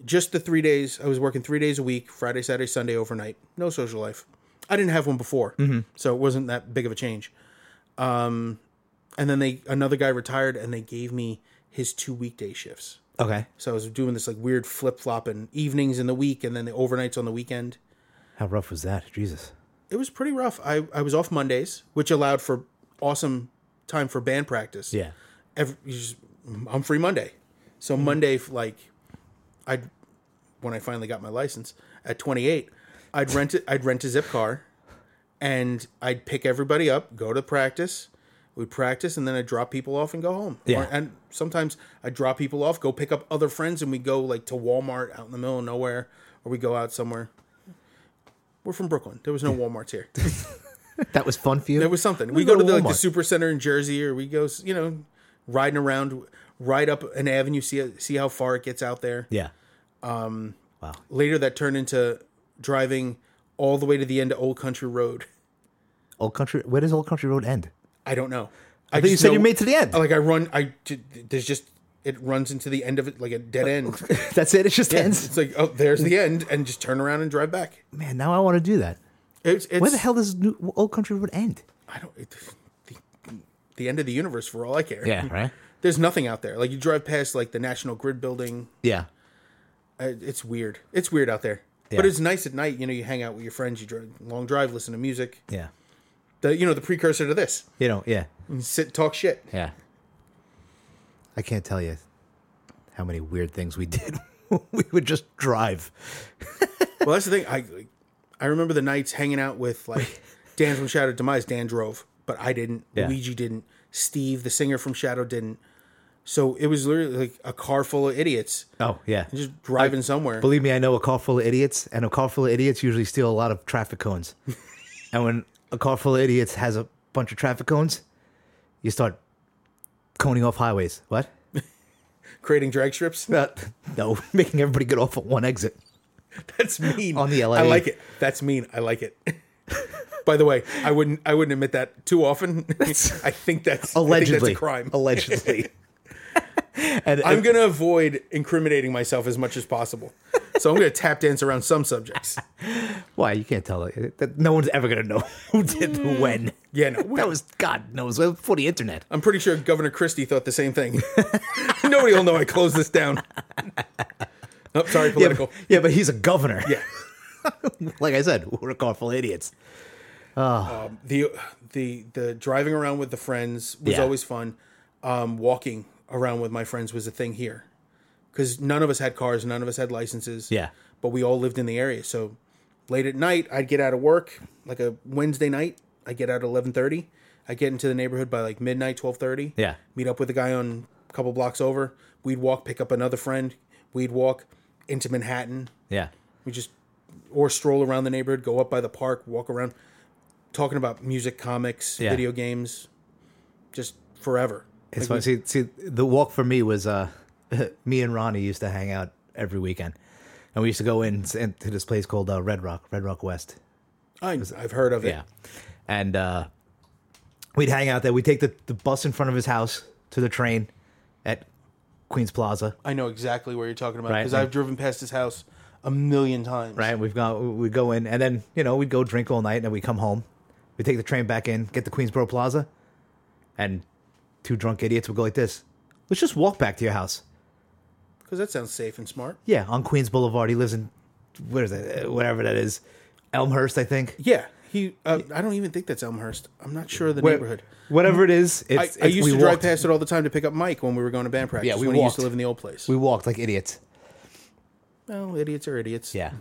just the three days. I was working three days a week, Friday, Saturday, Sunday, overnight. No social life. I didn't have one before, Mm-hmm. so it wasn't that big of a change. Um, and then they another guy retired, and they gave me his two weekday shifts. Okay. So I was doing this like weird flip flopping evenings in the week, and then the overnights on the weekend. How rough was that? Jesus. it was pretty rough. I, I was off Mondays, which allowed for awesome time for band practice. Yeah. Every, you just, I'm free Monday. So Monday, like, I when I finally got my license at 28, I'd rent it. I'd rent a zip car, and I'd pick everybody up, go to practice. We'd practice, and then I'd drop people off and go home. Yeah. Or- and sometimes I'd drop people off, go pick up other friends, and we go like to Walmart out in the middle of nowhere, or we go out somewhere. We're from Brooklyn. There was no Walmarts here. (laughs) That was fun for you. There was something. We go to the, like, the Walmart. super center in Jersey, or we go, you know, riding around, ride up an avenue, see see how far it gets out there. Yeah. Later, that turned into driving all the way to the end of Old Country Road. (laughs) Old country. Where does Old Country Road end? I don't know. I, But you just said know- you made it to the end. like I run. I j- there's just it runs into the end of it like a Oh, (laughs) dead end. (laughs) That's it. It just ends. it's like oh, there's the end, and just turn around and drive back. Man, now I want to do that. It's, it's Where the hell does New, Old Country Road end? I don't. It, the, the end of the universe for all I care. Right. There's nothing out there. Like you drive past like the National Grid building. Yeah. Uh, it's weird. It's weird out there. But Yeah. it's nice at night. You know, you hang out with your friends. You drive long drive, listen to music. Yeah. The you know the precursor to this. You know. Yeah. You sit talk shit. Yeah. I can't tell you how many weird things we did. (laughs) we would just drive. Well, that's the thing. I I remember the nights hanging out (laughs) with like Dan from Shadow Demise. Dan drove, but I didn't. Yeah. Luigi didn't. Steve, the singer from Shadow, didn't. So it was literally like a car full of idiots Oh, yeah. just driving somewhere. Believe me, I know a car full of idiots, and a car full of idiots usually steal a lot of traffic (laughs) cones. and when a car full of idiots has a bunch of traffic cones, you start coning off highways. What? creating drag strips. Uh, no, (laughs) making everybody get off at one exit. (laughs) That's mean. On the LA. I like it. That's mean. I like it. (laughs) By the way, I wouldn't I wouldn't admit that too often. (laughs) I think that's Allegedly. I think that's a crime. (laughs) (laughs) Allegedly. and I'm gonna (laughs) avoid incriminating myself as much as possible. so I'm going to tap dance around some subjects. Why you can't tell it. That, no one's ever gonna know (laughs) who did who when. Mm. Yeah, no, (laughs) That was God knows before the internet. I'm pretty sure Governor Christie thought the same thing. (laughs) Nobody will know I closed this down. (laughs) Oh, sorry, Yeah, but, political. yeah, but he's a governor. Yeah. (laughs) like I said, we're awful idiots. the the the driving around with the friends was Yeah. always fun. Um, walking around with my friends was a thing here, because none of us had cars, none of us had licenses. Yeah. but we all lived in the area. So late at night, I'd get out of work like a Wednesday night. I get out at eleven thirty. I get into the neighborhood by like midnight, twelve thirty. Yeah. meet up with a guy on a couple blocks over. We'd walk, pick up another friend. We'd walk into Manhattan. Yeah. We just or stroll around the neighborhood, go up by the park, walk around, talking about music, comics, Yeah. video games, just forever. It's funny. See, see, the walk for me was uh, (laughs) me and Ronnie used to hang out every weekend, and we used to go in s- and to this place called uh, Red Rock, Red Rock West. I, I've heard of it. Yeah, and uh, we'd hang out there. We'd take the, the bus in front of his house to the train at Queens Plaza. I know exactly where you're talking about Right, because right. I've driven past his house a million times. Right, we've gone. We go in, and then you know we'd go drink all night, and then we come home. We take the train back in, get to Queensboro Plaza, and two drunk idiots would go like this: "Let's just walk back to your house." Because that sounds safe and smart. Yeah, on Queens Boulevard. He lives in where is it? Uh, Whatever that is, Elmhurst, I think. Yeah. He. Uh, I don't even think that's Elmhurst. I'm not sure of the neighborhood. Whatever it is, I, it's, I it's- used we to drive walked, past it all the time to pick up Mike when we were going to band practice. Yeah, we when he used to walked. live in the old place. We walked like idiots. well, idiots are idiots. Yeah.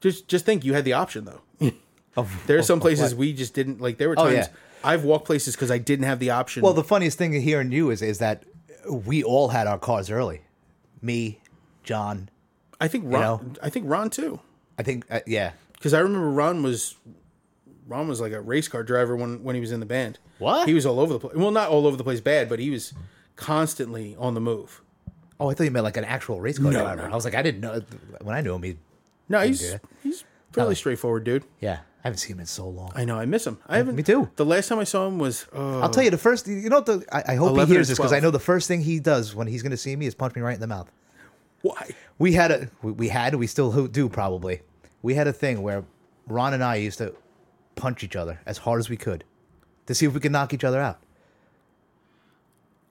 Just just think, you had the option though. (laughs) Of- There are some of- of places what? we just didn't like. There were Oh, yeah. times I've walked places because I didn't have the option. Well, the funniest thing here in you is is that we all had our cars early. Me, John. I think Ron. know? I think Ron too, I think uh, yeah. because I remember Ron was Ron was like a race car driver when when he was in the band. What? he was all over the place. Well, not all over the place, bad, but he was constantly on the move. Oh, I thought you meant like an actual race car No, driver. no. I was like, I didn't know when I knew him. He, No, he's that. Oh. he's fairly straightforward, dude. yeah, I haven't seen him in so long. I know. I miss him. I haven't. me too. The last time I saw him was uh, I'll tell you the first. You know, what the, I, I hope he 11 or hears this because I 12. know the first thing he does when he's going to see me is punch me right in the mouth. why we had a we- we had we still ho- do probably we had a thing where ron and i used to punch each other as hard as we could to see if we could knock each other out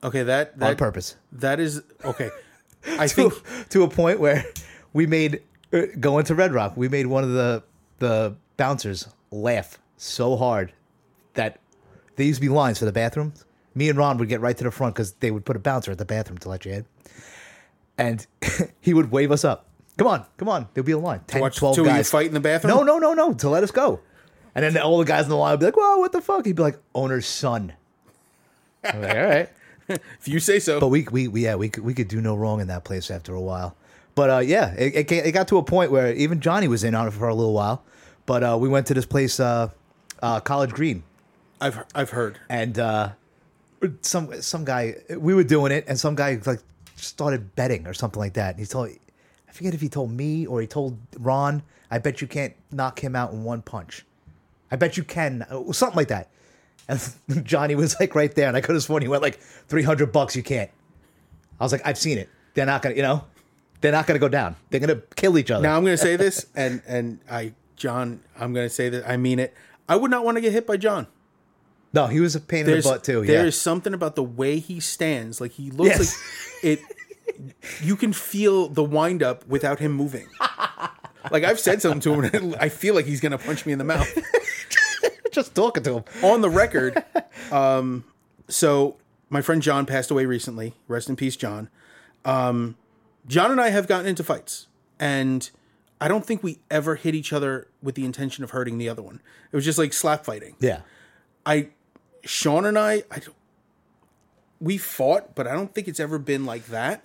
Okay, that that on purpose that is (laughs) okay. I to, (laughs) think to a point where we made uh, going to red rock we made one of the the bouncers laugh so hard that there used to be lines for the bathrooms me and ron would get right to the front because they would put a bouncer at the bathroom to let you in and (laughs) he would wave us up come on come on there'll be a line 10 watch 12 two of you guys fight in the bathroom. No, no, no, no, to let us go. And then all the guys in the line would be like, "Whoa, what the fuck? He'd be like, owner's son. I'm like, all right. if you say so. But we, we, we, yeah, we could, we could do no wrong in that place after a while. But uh, yeah, it, it, ca- it got to a point where even Johnny was in on it for a little while. But uh, we went to this place, uh, uh, College Green, I've I've heard. and uh, some some guy we were doing it, and some guy like started betting or something like that. And he told, I forget if he told me or he told Ron, I bet you can't knock him out in one punch. I bet you can, or something like that. And (laughs) Johnny was like right there, and I could have sworn he went like three hundred bucks. You can't. I was like, I've seen it. They're not gonna, you know, they're not gonna go down. They're gonna kill each other. Now I'm going to say this, and and I, John, I'm going to say that I mean it. I would not want to get hit by John. no, he was a pain in the There's butt too. there Yeah, is something about the way he stands. Like he looks Yes. like it. You can feel the wind up without him (laughs) moving. Like I've said something to him, and I feel like he's going to punch me in the mouth (laughs) just talking to him. on the record. (laughs) Um, so my friend John passed away recently. Rest in peace, John. Um, John and I have gotten into fights, and I don't think we ever hit each other with the intention of hurting the other one. It was just like slap fighting. Yeah, I, Sean and I, I, don't- we fought, but I don't think it's ever been like that.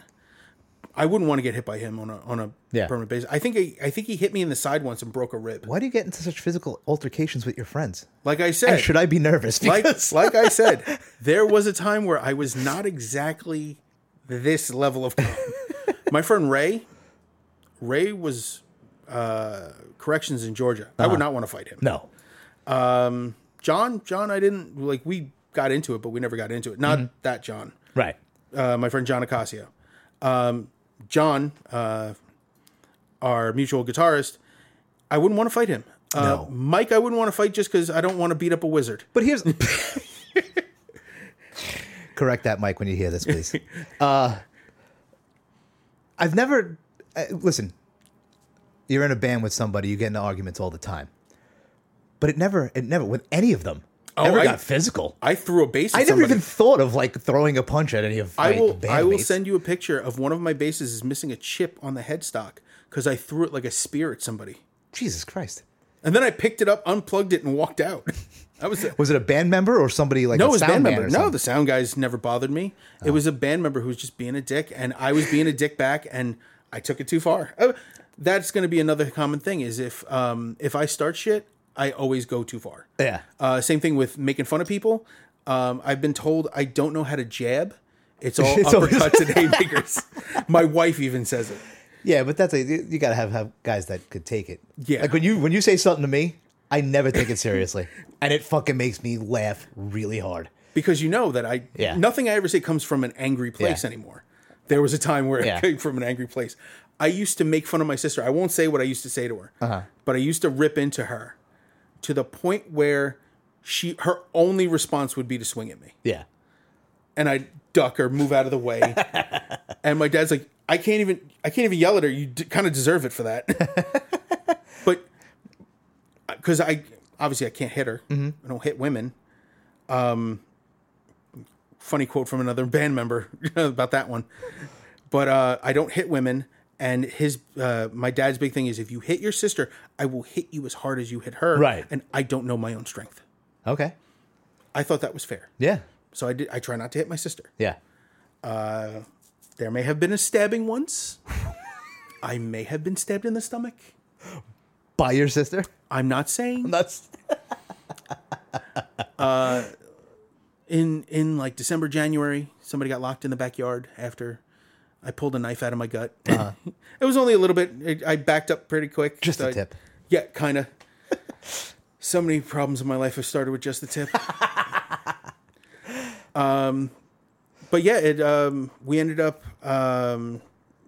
I wouldn't want to get hit by him on a on a Yeah. permanent basis. I think I, I think he hit me in the side once and broke a rib. why do you get into such physical altercations with your friends? Like I said, And should I be nervous? (laughs) like Because like I said, (laughs) there was a time where I was not exactly this level of calm. My friend Ray, Ray was uh, corrections in Georgia. I would not want to fight him. Uh-huh. no, John, John, I didn't like. We got into it, but we never got into it. Not Mm-hmm. that John. right? Uh, my friend John Acasio. Um, John, uh, our mutual guitarist, I wouldn't want to fight him. Uh, No. Mike, I wouldn't want to fight just because I don't want to beat up a wizard. But (laughs) here's correct that, Mike, when you hear this, please. (laughs) Uh, I've never uh, listen. You're in a band with somebody, you get into arguments all the time, but it never, it never with any of them ever I- got physical. I threw a bass. At Oh, I never somebody. even thought of like throwing a punch at any of my I will. bandmates. I will send you a picture of one of my basses is missing a chip on the headstock because I threw it like a spear at somebody, Jesus Christ. and then I picked it up, unplugged it, and walked out. (laughs) That was the, Was it a band member or somebody like no, a it was a sound band man member. or No, something? Oh. the sound guys never bothered me. It was a band member who was just being a dick, and I was being a dick back, and I took it too far. Oh, that's going to be another common thing: is if um, if I start shit, I always go too far. yeah. Uh, same thing with making fun of people. Um, I've been told I don't know how to jab. It's all (laughs) It's always- uppercuts and haymakers. My wife even says it. Yeah, but that's a, you you gotta have, have guys that could take it. Yeah. like when you when you say something to me, I never take it seriously, (laughs) and it fucking makes me laugh really hard. because you know that I Yeah. nothing I ever say comes from an angry place Yeah. anymore. There was a time where Yeah. it came from an angry place. I used to make fun of my sister. I won't say what I used to say to her, Uh-huh. but I used to rip into her to the point where she her only response would be to swing at me, Yeah, and I would duck or move out of the way. and my dad's like, "I can't even I can't even yell at her. You d- kind of deserve it for that." but because I obviously I can't hit her. I don't hit women. Um, funny quote from another band member (laughs) about that one. But uh, I don't hit women, and his uh, my dad's big thing is if you hit your sister, I will hit you as hard as you hit her. Right. And I don't know my own strength. okay, I thought that was fair, yeah, so I did. I try not to hit my sister. yeah. There may have been a stabbing once. I may have been stabbed in the stomach. By your (laughs) sister, I'm not saying. that's in in like December, January, somebody got locked in the backyard after I pulled a knife out of my gut. (laughs) it was only a little bit. I I backed up pretty quick. Uh-huh. Just a the tip. Yeah, kind of. (laughs) so many problems in my life have started with just the tip. (laughs) um, but yeah, it um we ended up um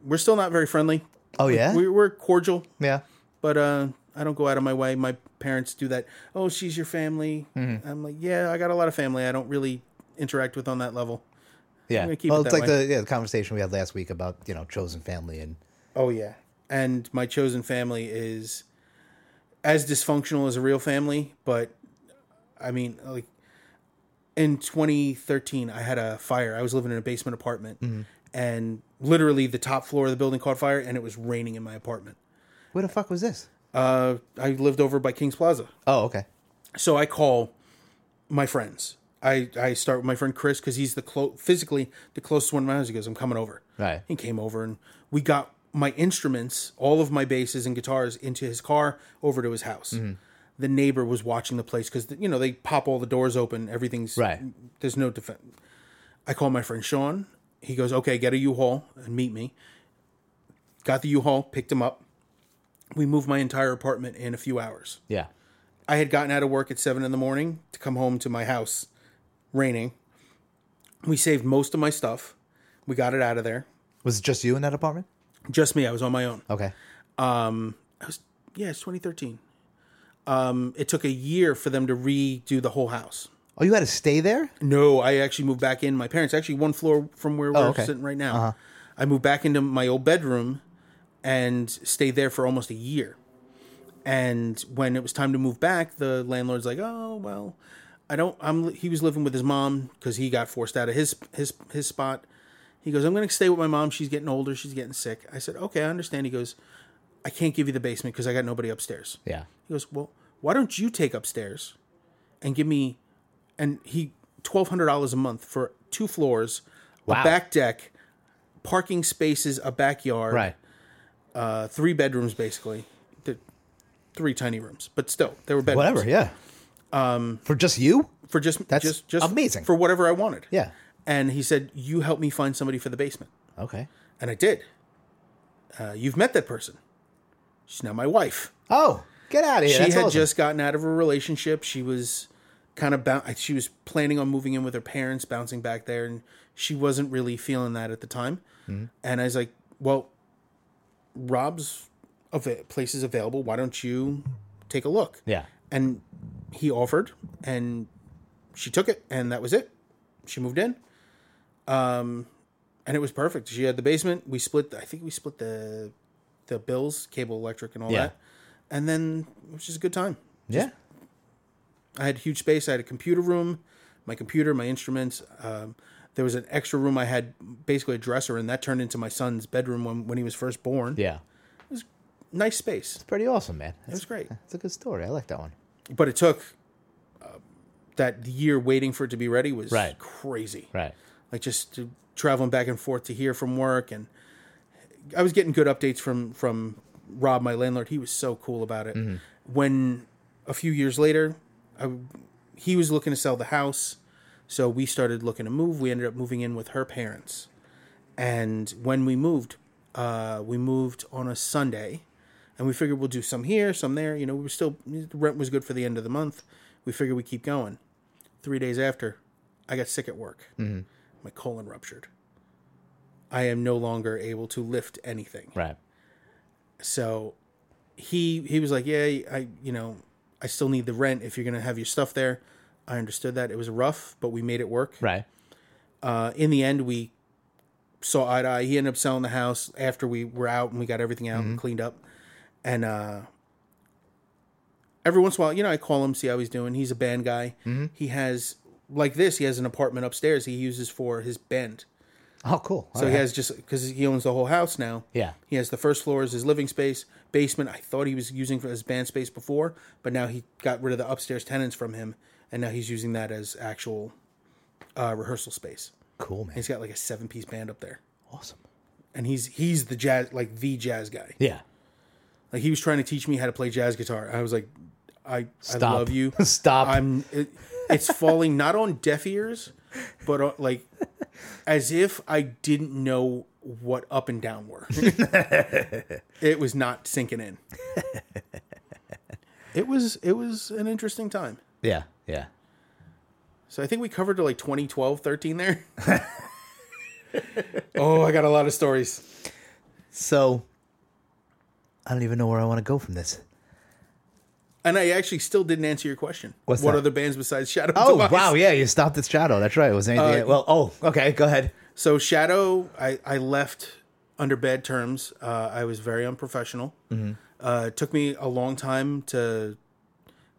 we're still not very friendly. Oh, yeah? we, we're cordial yeah, but uh, I don't go out of my way. My parents do that. Oh, she's your family. I'm like, yeah, I got a lot of family. I don't really interact with on that level. yeah. gonna keep well, it it's that like the yeah the conversation we had last week about you know chosen family and Oh yeah, and my chosen family is as dysfunctional as a real family, but I mean, like in 2013, I had a fire. I was living in a basement apartment, and literally the top floor of the building caught fire, and it was raining in my apartment. where the fuck was this? Uh, I lived over by Kings Plaza. Oh, okay, so I call my friends. I, I start with my friend Chris because he's the clo- physically the closest one of my house. He goes, I'm coming over. Right. He came over and we got my instruments, all of my basses and guitars into his car over to his house. Mm-hmm. The neighbor was watching the place because, you know, they pop all the doors open. Everything's Right. There's no defense. I call my friend Sean. He goes, okay, get a U-Haul and meet me. Got the U-Haul, picked him up. We moved my entire apartment in a few hours. yeah, I had gotten out of work at seven in the morning to come home to my house, raining. We saved most of my stuff. We got it out of there. was it just you in that apartment? Just me. I was on my own. Okay, I was, yeah, it's 2013. Um, it took a year for them to redo the whole house. oh, you had to stay there. No, I actually moved back in. My parents actually one floor from where we're okay. sitting right now. I moved back into my old bedroom and stayed there for almost a year. And when it was time to move back, the landlord's like, "Oh well, I don't." I'm. He was living with his mom because he got forced out of his his his spot. He goes, "I'm going to stay with my mom. She's getting older. She's getting sick." I said, "Okay, I understand." He goes, "I can't give you the basement because I got nobody upstairs." Yeah, He goes, "Well, why don't you take upstairs and give me and he twelve hundred dollars a month for two floors, Wow. a back deck, parking spaces, a backyard, right. uh, three bedrooms basically, Th- three tiny rooms, but still there were bedrooms Whatever. Yeah. Um, for just you? for just That's just just amazing. for whatever I wanted. Yeah. and he said, "You help me find somebody for the basement," Okay. and I did. Uh, you've met that person. She's now my wife. Oh, get out of here. she That's had awesome. just gotten out of a relationship. She was kind of bound. She was planning on moving in with her parents, bouncing back there, and she wasn't Mm-hmm. really feeling that at the time. And I was like, "Well, Rob's av- places available. Why don't you take a look? Yeah. And he offered, and she took it, and that was it. She moved in, um, and it was perfect. She had the basement. We split. I think we split the the bills, cable, electric, and all Yeah. that. And then it was just a good time. Yeah. I had huge space. I had a computer room, my computer, my instruments. Um, there was an extra room I had, basically a dresser, and that turned into my son's bedroom when, when he was first born. Yeah. Nice space. It's pretty awesome, man. It was great. It's a good story. I like that one. But it took uh, that year waiting for it to be ready was Right. crazy. Right. Like just to, traveling back and forth to hear from work, and I was getting good updates from from Rob, my landlord. He was so cool about it. When a few years later, I, he was looking to sell the house, so we started looking to move. We ended up moving in with her parents, and when we moved, uh, we moved on a Sunday, and we figured we'll do some here, some there. You know, we were still the rent was good for the end of the month. We figured we keep going. Three days after, I got sick at work. My colon ruptured. I am no longer able to lift anything Right. so he he was like yeah i you know i still need the rent if you're gonna have your stuff there i understood that it was rough but we made it work Right. uh, in the end we saw eye to eye he ended up selling the house after we were out and we got everything out and cleaned up and uh every once in a while you know i call him see how he's doing he's a band guy he has like this he has an apartment upstairs he uses for his band Oh, cool. so he has just because he owns the whole house now. Yeah. he has the first floor as his living space, basement. I thought he was using for his band space before, but now he got rid of the upstairs tenants from him, and now he's using that as actual uh, rehearsal space. cool, man. He's got like a seven piece band up there, Awesome. and he's he's the jazz like the jazz guy. Yeah. Like he was trying to teach me how to play jazz guitar. I was like, I I Stop. love you. (laughs) Stop. I'm. It, it's falling not on deaf ears, but on, like as if I didn't know what up and (laughs) down were. it was not sinking in. It was. It was an interesting time. Yeah. Yeah. So I think we covered like 2012, (laughs) 13 there. oh, I got a lot of stories. So I don't even know where I want to go from this. And I actually still didn't answer your question. What's what that? other bands besides Shadow? Oh Device? wow, yeah, you stopped at Shadow. That's right. Was there anything? Uh, well, oh, okay, go ahead. So Shadow, I, I left under bad terms. Uh, I was very unprofessional. Uh, it took me a long time to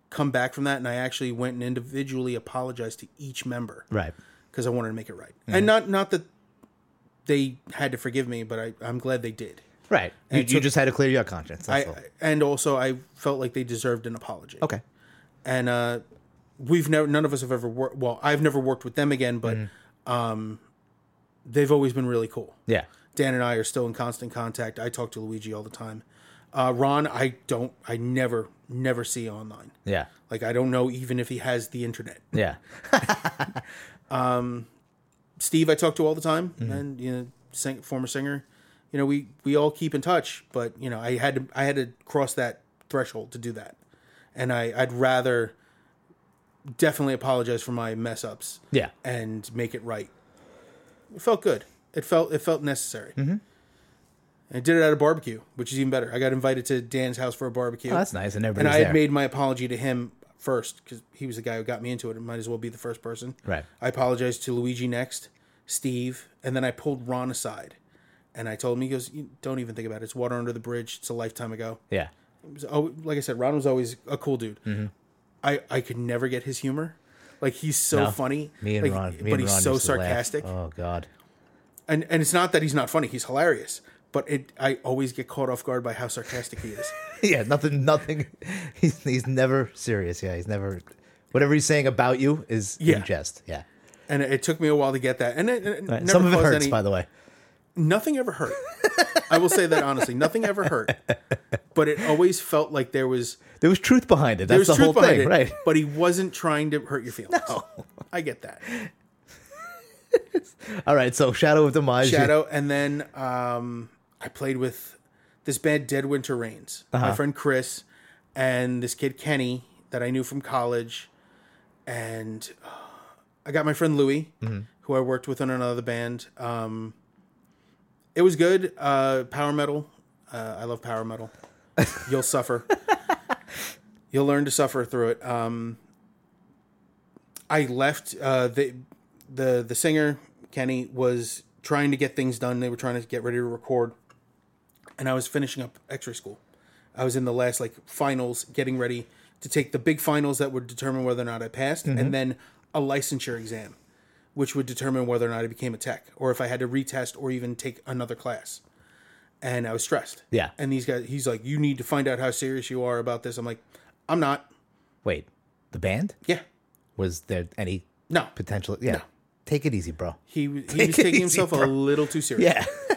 come back from that, and I actually went and individually apologized to each member Right. because I wanted to make it right. And not not that they had to forgive me, but I, I'm glad they did. Right. You, it you took- just had to clear your conscience. I, That's all. and also I felt like they deserved an apology. okay. and uh, we've never none of us have ever worked. Well, I've never worked with them again, but um, they've always been really cool. Yeah. Dan and I are still in constant contact. I talk to Luigi all the time. Uh, Ron, I don't, I never, never see online. Yeah. Like, I don't know even if he has the internet. Yeah. Steve, I talk to all the time, Mm-hmm. and you know, sing, former singer. You know, we we all keep in touch, but you know, I had to, I had to cross that threshold to do that, and I I'd rather definitely apologize for my mess ups. Yeah. and make it right. It felt good. It felt it felt necessary. Mm-hmm. I did it at a barbecue, which is even better. I got invited to Dan's house for a barbecue. Oh, that's nice. And and everybody's I had there. made my apology to him first because he was the guy who got me into it. It might as well be the first person. Right. I apologized to Luigi next, Steve, and then I pulled Ron aside, and I told him he goes, "You- "Don't even think about it. It's water under the bridge. It's a lifetime ago." yeah. It was al- like I said, Ron was always a cool dude. Mm-hmm. I I could never get his humor. Like he's so No. funny, Me and like, Ron. Me but and he's Ron so used to laugh. sarcastic. Oh God. And and it's not that he's not funny; he's hilarious. But it, I always get caught off guard by how sarcastic he is. yeah. Nothing. Nothing. (laughs) He's he's never serious. Yeah. He's never. Whatever he's saying about you is Yeah. in jest. Yeah. and it, it took me a while to get that. And it, it Right. never Some of it caused hurts, any. by the way. nothing ever hurt. I will say that honestly, nothing ever hurt. But it always felt like there was There was truth behind it. there That's was the truth whole thing, behind it. right? But he wasn't trying to hurt your feelings. I get that. All right. (laughs) So Shadow of Demise. you- Shadow, and then um, I played with this band Dead Winter Rains. My friend Chris and this kid Kenny that I knew from college, and uh, I got my friend Louie, who I worked with in another band. Um, it was good. Uh, power metal. Uh, I love power metal. You'll suffer. You'll learn to suffer through it. Um, I left uh, the the the singer Kenny was trying to get things done. They were trying to get ready to record, and I was finishing up X-ray school. I was in the last like finals, getting ready to take the big finals that would determine whether or not I passed, and then a licensure exam, which would determine whether or not I became a tech or if I had to retest or even take another class. And I was stressed. Yeah. And these guys, he's like, "You need to find out how serious you are about this." I'm like, "I'm not." Wait, the band? Yeah. Was there any No. potential? Yeah. Take it easy, bro. (laughs) He was- he Take was it taking easy, himself a bro. little too serious. Yeah.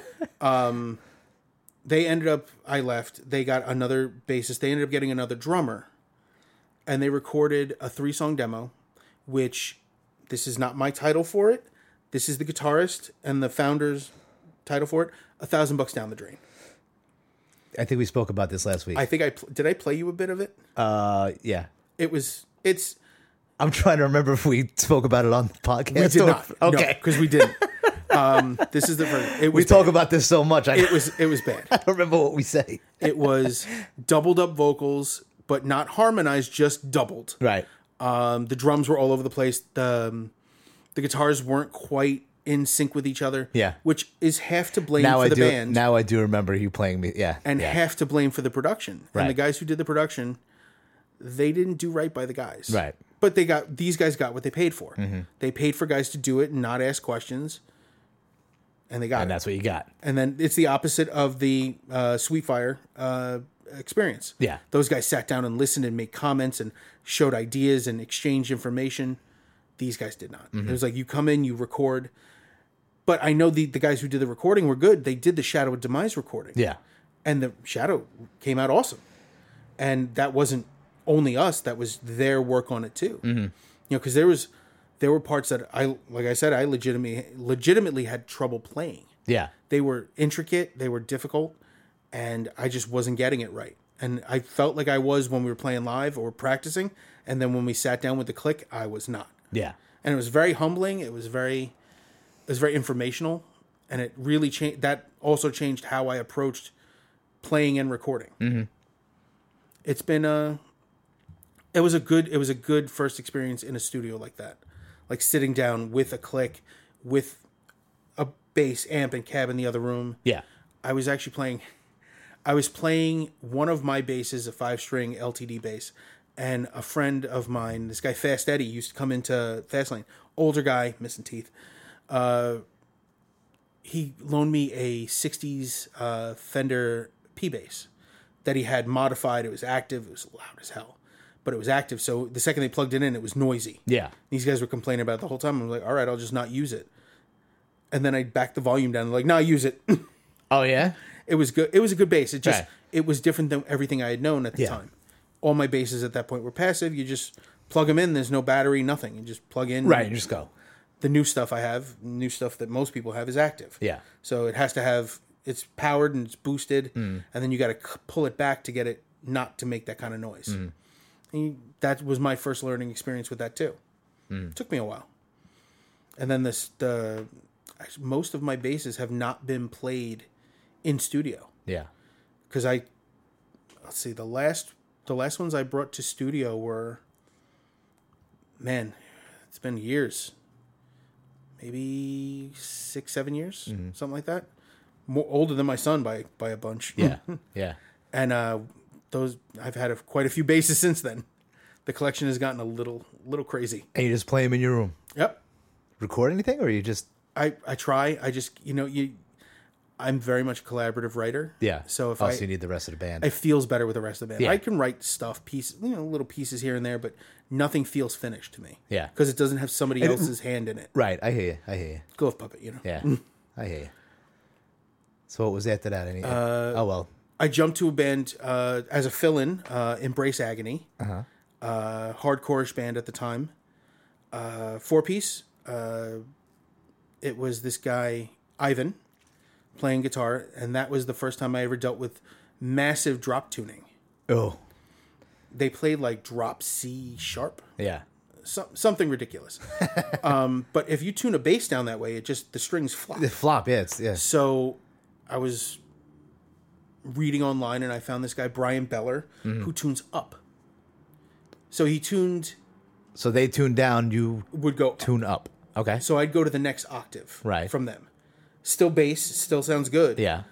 they ended up i left they got another bassist they ended up getting another drummer and they recorded a three song demo which this is not my title for it this is the guitarist and the founder's title for it a thousand bucks down the drain I think we spoke about this last week. i think i pl- did i play you a bit of it uh, yeah. it was it's I'm trying to remember if we spoke about it on the podcast. we did or- not Okay. because (laughs) we didn't um this is the first it we was talk bad. about this so much. I it was it was bad don't remember what we say. it was doubled up vocals but not harmonized just doubled Right. Um, the drums were all over the place. The um, the guitars weren't quite in sync with each other. Yeah. which is half to blame Now for I the do. band Now I do remember you playing me. Yeah. and yeah. half to blame for the production. Right. And the guys who did the production, they didn't do right by the guys. Right. Mm-hmm. But they got these guys got what they paid for. They paid for guys to do it and not ask questions. And they got and it. that's what you got. And then it's the opposite of the uh, Sweet Fire uh, experience. Yeah. Those guys sat down and listened and made comments and showed ideas and exchanged information. These guys did not. Mm-hmm. It was like you come in, you record. But I know the, the guys who did the recording were good. They did the Shadow of Demise recording. Yeah. And the Shadow came out awesome. And that wasn't only us, that was their work on it too. Mm-hmm. You know, because there was there were parts that I like I said, I legitimately legitimately had trouble playing Yeah. they were intricate, they were difficult, and I just wasn't getting it right. And I felt like I was when we were playing live or practicing, and then when we sat down with the click, I was not. Yeah. And it was very humbling. It was very, it was very informational, and it really changed. That also changed how I approached playing and recording. It's been a, it was a good, it was a good first experience in a studio like that, like sitting down with a click, with a bass amp and cab in the other room. Yeah. I was actually playing I was playing one of my basses, a five string LTD bass, and a friend of mine, this guy Fast Eddie, used to come into Fastlane. Older guy, missing teeth. Uh, he loaned me a '60s uh, Fender P bass that he had modified. It was active. It was loud as hell, but it was active. So the second they plugged it in, it was noisy. Yeah. These guys were complaining about it the whole time. I'm like, all right, I'll just not use it. And then I backed the volume down. Like, nah, use it. Oh yeah. it was good. It was a good bass. It just Right. it was different than everything I had known at the Yeah. time. All my basses at that point were passive. You just plug them in. There's no battery, nothing. You just plug in. Right. You just go. The new stuff I have, new stuff that most people have, is active. Yeah. So it has to have it's powered and it's boosted, Mm. and then you got to c- pull it back to get it not to make that kind of noise. Mm. And you- that was my first learning experience with that too. Mm. took me a while, and then this the most of my basses have not been played in studio Yeah. because I let's see the last the last ones I brought to studio were man, it's been years, maybe six seven years, Mm-hmm. something like that. More older than my son by by a bunch. Yeah. yeah. (laughs) and uh, those I've had a, quite a few bases (laughs) since then. The collection has gotten a little little crazy. And you just play them in your room. Yep. Record anything, or you just I, I try. I just you know you, I'm very much a collaborative writer. yeah. So if oh, I so you need the rest of the band. it feels better with the rest of the band. Yeah. I can write stuff, piece, you know, little pieces here and there, but nothing feels finished to me. Yeah. because it doesn't have somebody else's hand in it. right. I hear you. I hear you. Glove puppet, you know. Yeah. I hear you. So what was after that? Any, Uh, oh well. I jumped to a band uh, as a fill-in, uh, Embrace Agony, uh-huh. uh, hardcore-ish band at the time, uh, four-piece. Uh, it was this guy Ivan playing guitar, and that was the first time I ever dealt with massive drop tuning. Oh They played like drop C sharp, yeah. some, (laughs) something ridiculous. um, but if you tune a bass down that way, it just the strings flop. The flop. Yeah. It's yeah. So I was reading online and I found this guy Brian Beller Mm-hmm. who tunes up. So he tuned So they tune down, you would go up. tune up. Okay. so I'd go to the next octave Right. from them. Still bass, still sounds good, Yeah.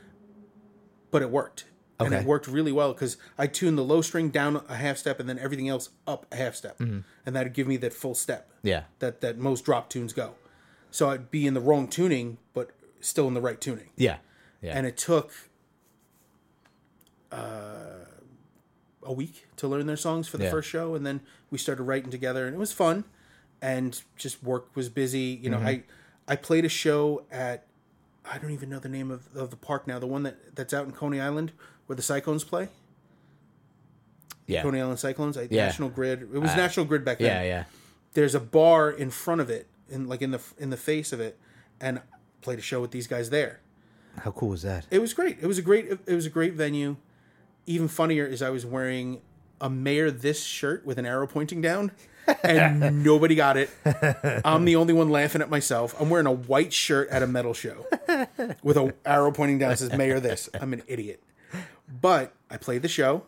but it worked. And it Okay. worked really well because I tuned the low string down a half step and then everything else up a half step. Mm-hmm. And that'd give me that full step Yeah. that, that most drop tunes go. So I'd be in the wrong tuning, but still in the right tuning. Yeah. Yeah. and it took uh, a week to learn their songs for the Yeah. first show and then we started writing together and it was fun and just work was busy you know Mm-hmm. i i played a show at i don't even know the name of, of the park now the one that that's out in coney island where the cyclones play yeah. coney island cyclones I, Yeah. Uh, national grid it was national grid back then yeah. Yeah. there's a bar in front of it in like in the in the face of it and played a show with these guys there How cool was that? it was great. It was a great it was a great venue. Even funnier is I was wearing a mayor this shirt with an arrow pointing down and nobody got it. I'm the only one laughing at myself. I'm wearing a white shirt at a metal show with a arrow pointing down that says mayor this. I'm an idiot. But I played the show.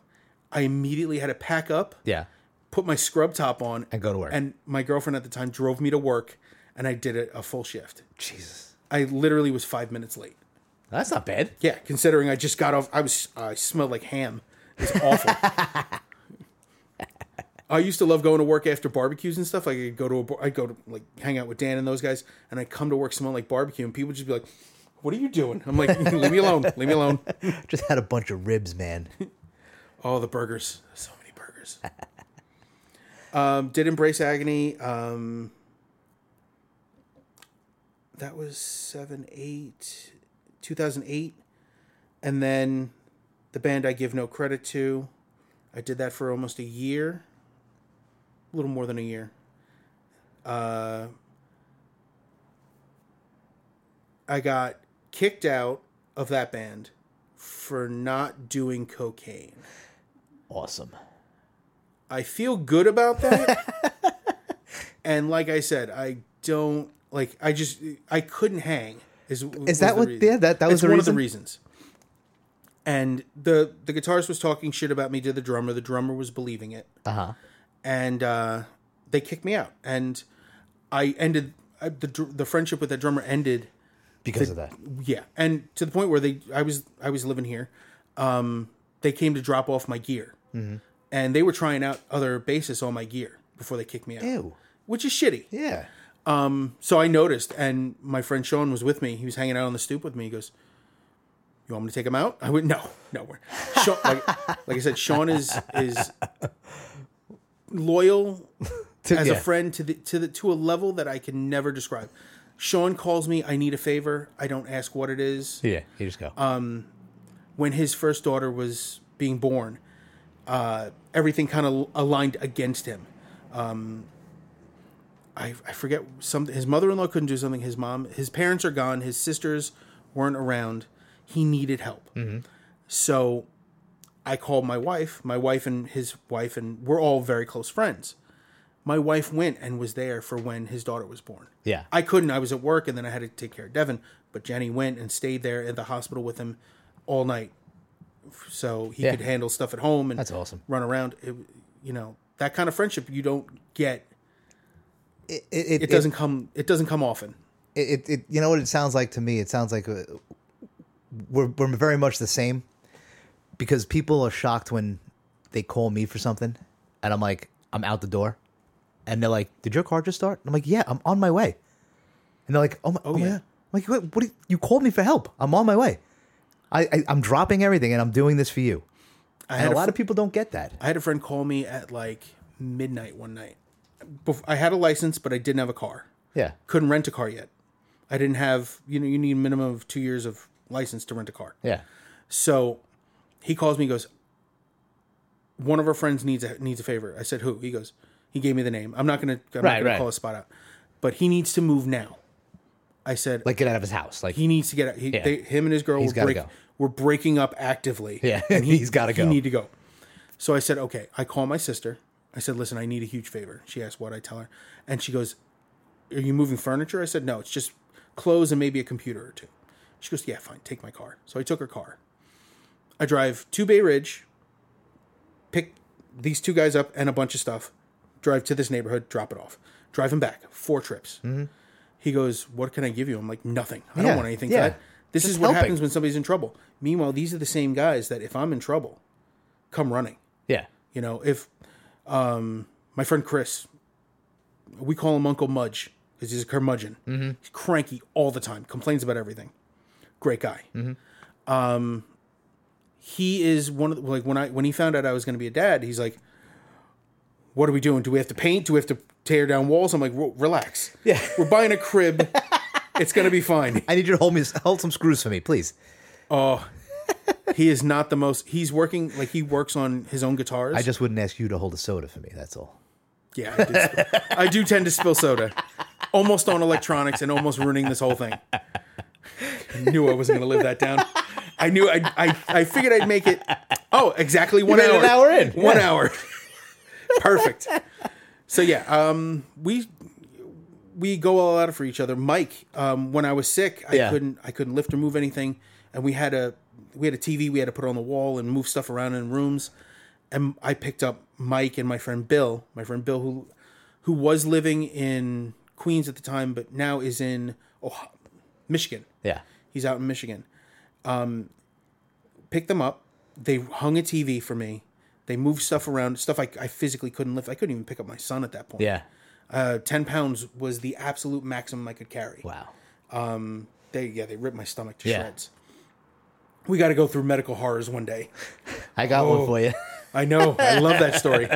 I immediately had to pack up, Yeah. put my scrub top on And go to work. and my girlfriend at the time drove me to work and I did a, a full shift. Jesus. I literally was 5 minutes late. That's not bad. Yeah, considering I just got off, I was I smelled like ham. It's awful. (laughs) I used to love going to work after barbecues and stuff. Like I go to a bar- I go to like hang out with Dan and those guys, and I come to work smelling like barbecue, and people would just be like, "What are you doing?" I'm like, (laughs) "Leave me alone, leave me alone." (laughs) Just had a bunch of ribs, man. Oh, the burgers, so many burgers. (laughs) um, did embrace agony. Um, that was seven, eight, 2008. And then the band I give no credit to. I did that for almost a year, a little more than a year. Uh, I got kicked out of that band for not doing cocaine. Awesome. I feel good about that. (laughs) and like I said, I don't like. I just I couldn't hang. Is was that the what- reason. yeah, that- that was It's the one of the reason? reasons. And the the guitarist was talking shit about me to the drummer. The drummer was believing it, Uh huh. and uh, they kicked me out. And I ended I, the dr- the friendship with that drummer ended Because of that. yeah and to the point where they i was i was living here um they came to drop off my gear Mm-hmm. and they were trying out other bases on my gear before they kicked me out Ew. which is shitty Yeah. so i noticed and my friend sean was with me he was hanging out on the stoop with me he goes you want me to take him out i went no no we're (laughs) sean, like, like i said sean is is loyal (laughs) To- as yeah. a friend to the to the to a level that i can never describe sean calls me i need a favor i don't ask what it is Yeah. You just go. when his first daughter was being born, uh, everything kind of aligned against him. Um, I, I forget some. His mother-in-law couldn't do something. His mom, his parents are gone. His sisters weren't around. He needed help. So I called my wife. My wife and his wife and we're all very close friends. My wife went and was there for when his daughter was born. yeah. I couldn't. I was at work, and then I had to take care of Devin. But Jenny went and stayed there at the hospital with him all night, so he Yeah. could handle stuff at home and That's awesome. run around. It, you know that kind of friendship you don't get. It, it, It doesn't come. It doesn't come often. it, it you know what it sounds like to me it sounds like uh, we're, we're very much the same because people are shocked when they call me for something and i'm like i'm out the door and they're like did your car just start and i'm like yeah i'm on my way and they're like oh my, oh, my yeah. God. I'm like what, what do you, you called me for help i'm on my way I, I i'm dropping everything and i'm doing this for you I and had a a lot fr- of people don't get that I had a friend call me at like midnight one night. Bef- I had a license, but I didn't have a car. yeah Couldn't rent a car yet. I didn't have. You know, you need a minimum of two years of license to rent a car. yeah So he calls me and goes, One of our friends needs a needs a favor. I said, Who? He goes, He gave me the name. I'm not gonna I'm Right, not gonna right. call a spot out. But he needs to move now. I said like get out of his house like he needs to get out. He, Yeah. they, him and his girl were, gotta break, go. were breaking up actively. Yeah, (laughs) and he's gotta he go. need to go. So I said, okay. I call my sister. I said, listen, I need a huge favor. She asked what I tell her, and she goes, "Are you moving furniture?" I said, "No, it's just clothes and maybe a computer or two. She goes, "Yeah, fine. Take my car." So I took her car. I drive to Bay Ridge, pick these two guys up and a bunch of stuff, drive to this neighborhood, drop it off, drive him back, four trips. He goes, "What can I give you?" I'm like, "Nothing. I Mm-hmm. Yeah, don't want anything." for yeah. that. This Just is what helping. happens when somebody's in trouble. Meanwhile, these are the same guys that if I'm in trouble, come running. Yeah. You know, if um, my friend Chris, we call him Uncle Mudge because he's a curmudgeon. Mm-hmm. He's cranky all the time, complains about everything. Great guy. Um, Mm-hmm. he is one of the, like when I when he found out I was going to be a dad, he's like, "What are we doing? Do we have to paint? Do we have to tear down walls?" I'm like, "Re- "Relax. Yeah. we're buying a crib. it's going to be fine." I need you to hold me hold some screws for me, please. He is not the most. He's working like he works on his own guitars. I just wouldn't ask you to hold a soda for me. That's all. Yeah, I do, sp- I do tend to spill soda, almost on electronics and almost ruining this whole thing. I knew I wasn't going to live that down. I knew I, I I figured I'd make it. Oh, exactly one made hour. it an hour in, One yeah. hour. Perfect. So yeah, um, we we go all out for each other. Mike, um, when I was sick, I Yeah. couldn't I couldn't lift or move anything, and we had a we had a TV we had to put on the wall and move stuff around in rooms, and I picked up Mike and my friend Bill, my friend Bill who who was living in Queens at the time, but now is in oh, Michigan. Yeah. He's out in Michigan. Um, picked them up. They hung a TV for me. They moved stuff around, stuff I, I physically couldn't lift. I couldn't even pick up my son at that point Yeah. uh, 10 pounds was the absolute maximum I could carry. Wow. They, yeah, they ripped my stomach to Yeah. shreds. We got to go through medical horrors one day. I got Oh. one for you. (laughs) I know. I love that story.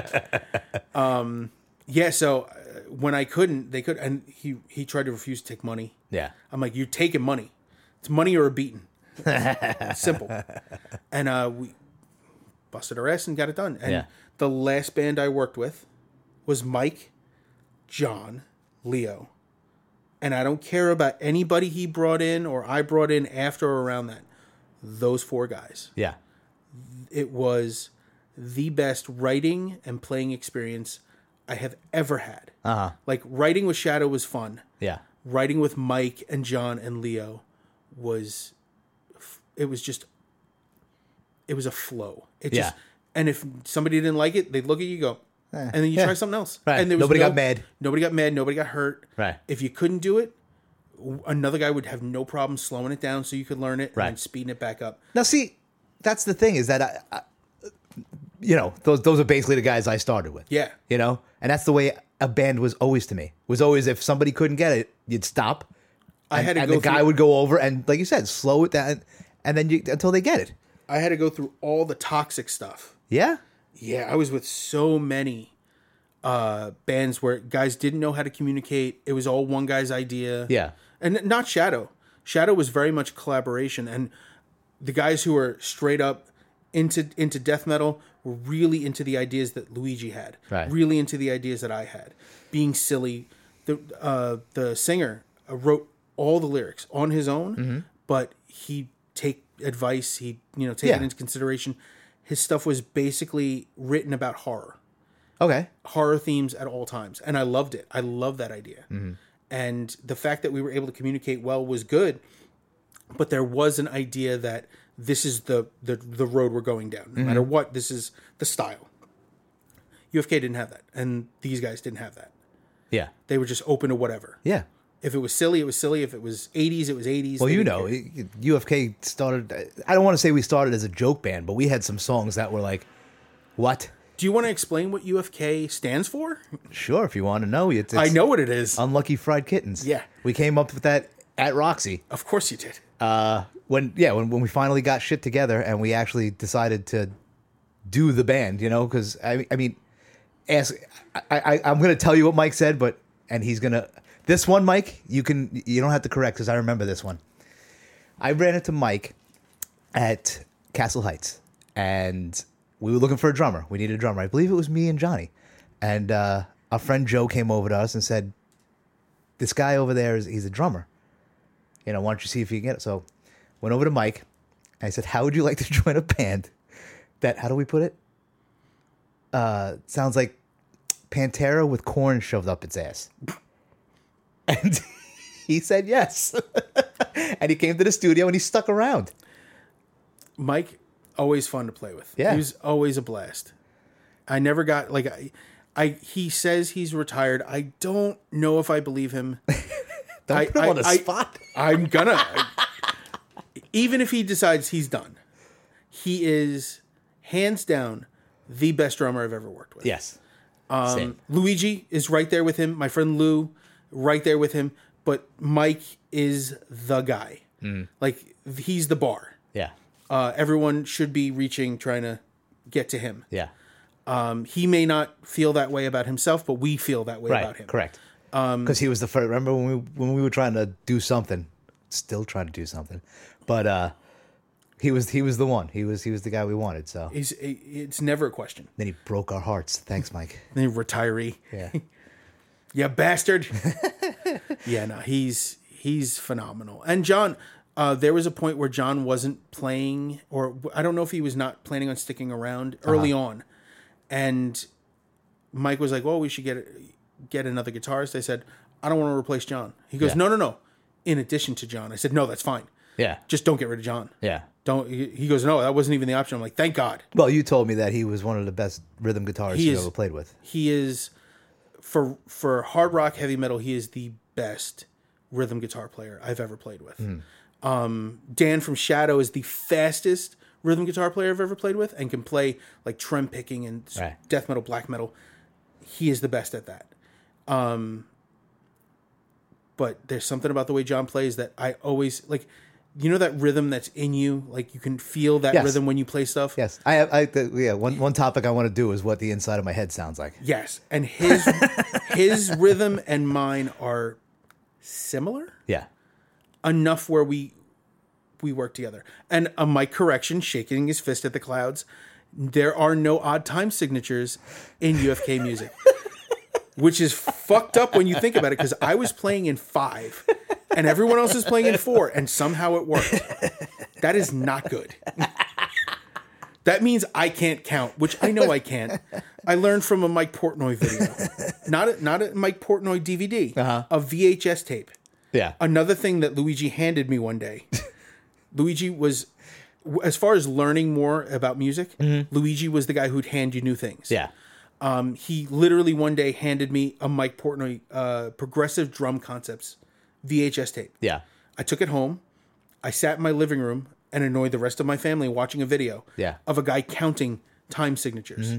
Um, yeah, so uh, when I couldn't, they could, and he, he tried to refuse to take money. yeah. I'm like, you're taking money. It's money or a beating. Simple. And uh, we busted our ass and got it done. And Yeah. the last band I worked with was Mike, John, Leo. And I don't care about anybody he brought in or I brought in after or around that. Those four guys. Yeah. It was the best writing and playing experience I have ever had. Uh huh. Like writing with Shadow was fun Yeah. writing with Mike and John and Leo was it was just it was a flow. It just Yeah. and if somebody didn't like it, they'd look at you and go and then you yeah. try something else. Right. And Nobody got mad. Nobody got mad, nobody got hurt. Right. If you couldn't do it, w- another guy would have no problem slowing it down so you could learn it Right. and then speeding it back up. Now, see, that's the thing is that I, I you know, those those are basically the guys I started with. Yeah. You know, and that's the way a band was always to me. Was always if somebody couldn't get it, you'd stop. I and, had to and go the guy through- would go over and, like you said, slow it down, and then you until they get it. I had to go through all the toxic stuff. Yeah. Yeah, I was with so many uh bands where guys didn't know how to communicate. It was all one guy's idea. Yeah. And not Shadow. Shadow was very much collaboration and the guys who were straight up into into death metal were really into the ideas that Luigi had. Right. Really into the ideas that I had. Being silly. The uh the singer uh, wrote all the lyrics on his own, Mm-hmm. but he take advice, he you know, take Yeah. it into consideration. His stuff was basically written about horror, Okay. horror themes at all times, and I loved it. I love that idea, Mm-hmm. and the fact that we were able to communicate well was good. But there was an idea that this is the the, the road we're going down. No matter Mm-hmm. what, this is the style. UFK didn't have that, and these guys didn't have that. Yeah. They were just open to whatever. Yeah. If it was silly, it was silly. If it was '80s, it was '80s. Well, Oh, you know, it- it- UFK started. I don't want to say we started as a joke band, but we had some songs that were like, "What? Do you want to explain what UFK stands for? Sure, if you want to know, it's, it's I know what it is. Unlucky Fried Kittens." Yeah. we came up with that at Roxy Of course you did. uh, when yeah when, when we finally got shit together and we actually decided to do the band, you know, because I I mean, ask I, I I'm gonna tell you what Mike said, but and he's gonna this one Mike you can you don't have to correct because I remember this one. I ran into Mike at Castle Heights, and we were looking for a drummer. We needed a drummer. I believe it was me and Johnny, and uh, our friend Joe came over to us and said, "This guy over there is he's a drummer. You know, why don't you see if you can get it?" So, went over to Mike. And I said, "How would you like to (laughs) join a band that? How do we put it? Uh, sounds like Pantera with corn shoved up its ass." (laughs) And he said (laughs) yes, and he came to the studio and he stuck around. Mike, always fun to play with. Yeah. he was always a blast. I never got like I, I he says he's retired. I don't know if I believe him. Don't I- put him I- on the I- spot. I'm gonna. even if he decides he's done, he is hands down the best drummer I've ever worked with. Yes. Um, Luigi is right there with him. My friend Lou, right there with him. But Mike is the guy. Like he's the bar. Yeah. Uh, everyone should be reaching, trying to get to him. Yeah. Um, he may not feel that way about himself, but we feel that way about Right. him. Um, Correct. Because he was the first. Remember when we when we were trying to do something, still trying to do something, but uh, he was he was the one. He was he was the guy we wanted. So He's, it's never a question. then he broke our hearts. Thanks, Mike. The retiree. Yeah. (laughs) you bastard. (laughs) yeah, no, he's he's phenomenal. And John, uh, there was a point where John wasn't playing, or I don't know if he was not planning on sticking around Uh-huh. early on, and Mike was like, "Well, we should get get another guitarist." I said, "I don't want to replace John." He goes, Yeah. "No, no, no." In addition to John, I said, "No, that's fine. Yeah. Just don't get rid of John." Yeah. Don't. He he goes, "No, that wasn't even the option." I'm like, "Thank God." Well, you told me that he was one of the best rhythm guitarists He you is- ever played with. he is for for hard rock heavy metal he is the best rhythm guitar player i've ever played with Hmm. um, dan from shadow is the fastest rhythm guitar player i've ever played with and can play like trem picking and s- Right. death metal black metal he is the best at that um, but there's something about the way john plays that i always like you know that rhythm that's in you like you can feel that Yes. rhythm when you play stuff Yes, I have. I the, yeah. One one topic I want to do is what the inside of my head sounds like. Yes, and his his rhythm and mine are similar Yeah. enough where we we work together. And uh, my correction, shaking his fist at the clouds, there are no odd time signatures in UFK (laughs) music, which is fucked up when you think about it. Because I was playing in five, and everyone else is playing in four, and somehow it worked. That is not good. That means I can't count, which I know I can't. I learned from a Mike Portnoy video, not a, not a Mike Portnoy DVD, a VHS tape Yeah. another thing that Luigi handed me (laughs) one day. Luigi was, w- as far as learning more about music, Luigi was the guy who'd hand you new things. Mm-hmm. yeah. Um, he literally one day handed me a Mike Portnoy uh, Progressive Drum Concepts VHS tape. Yeah. I took it home. I sat in my living room and annoyed the rest of my family watching a video Yeah. Mm-hmm. of a guy counting time signatures.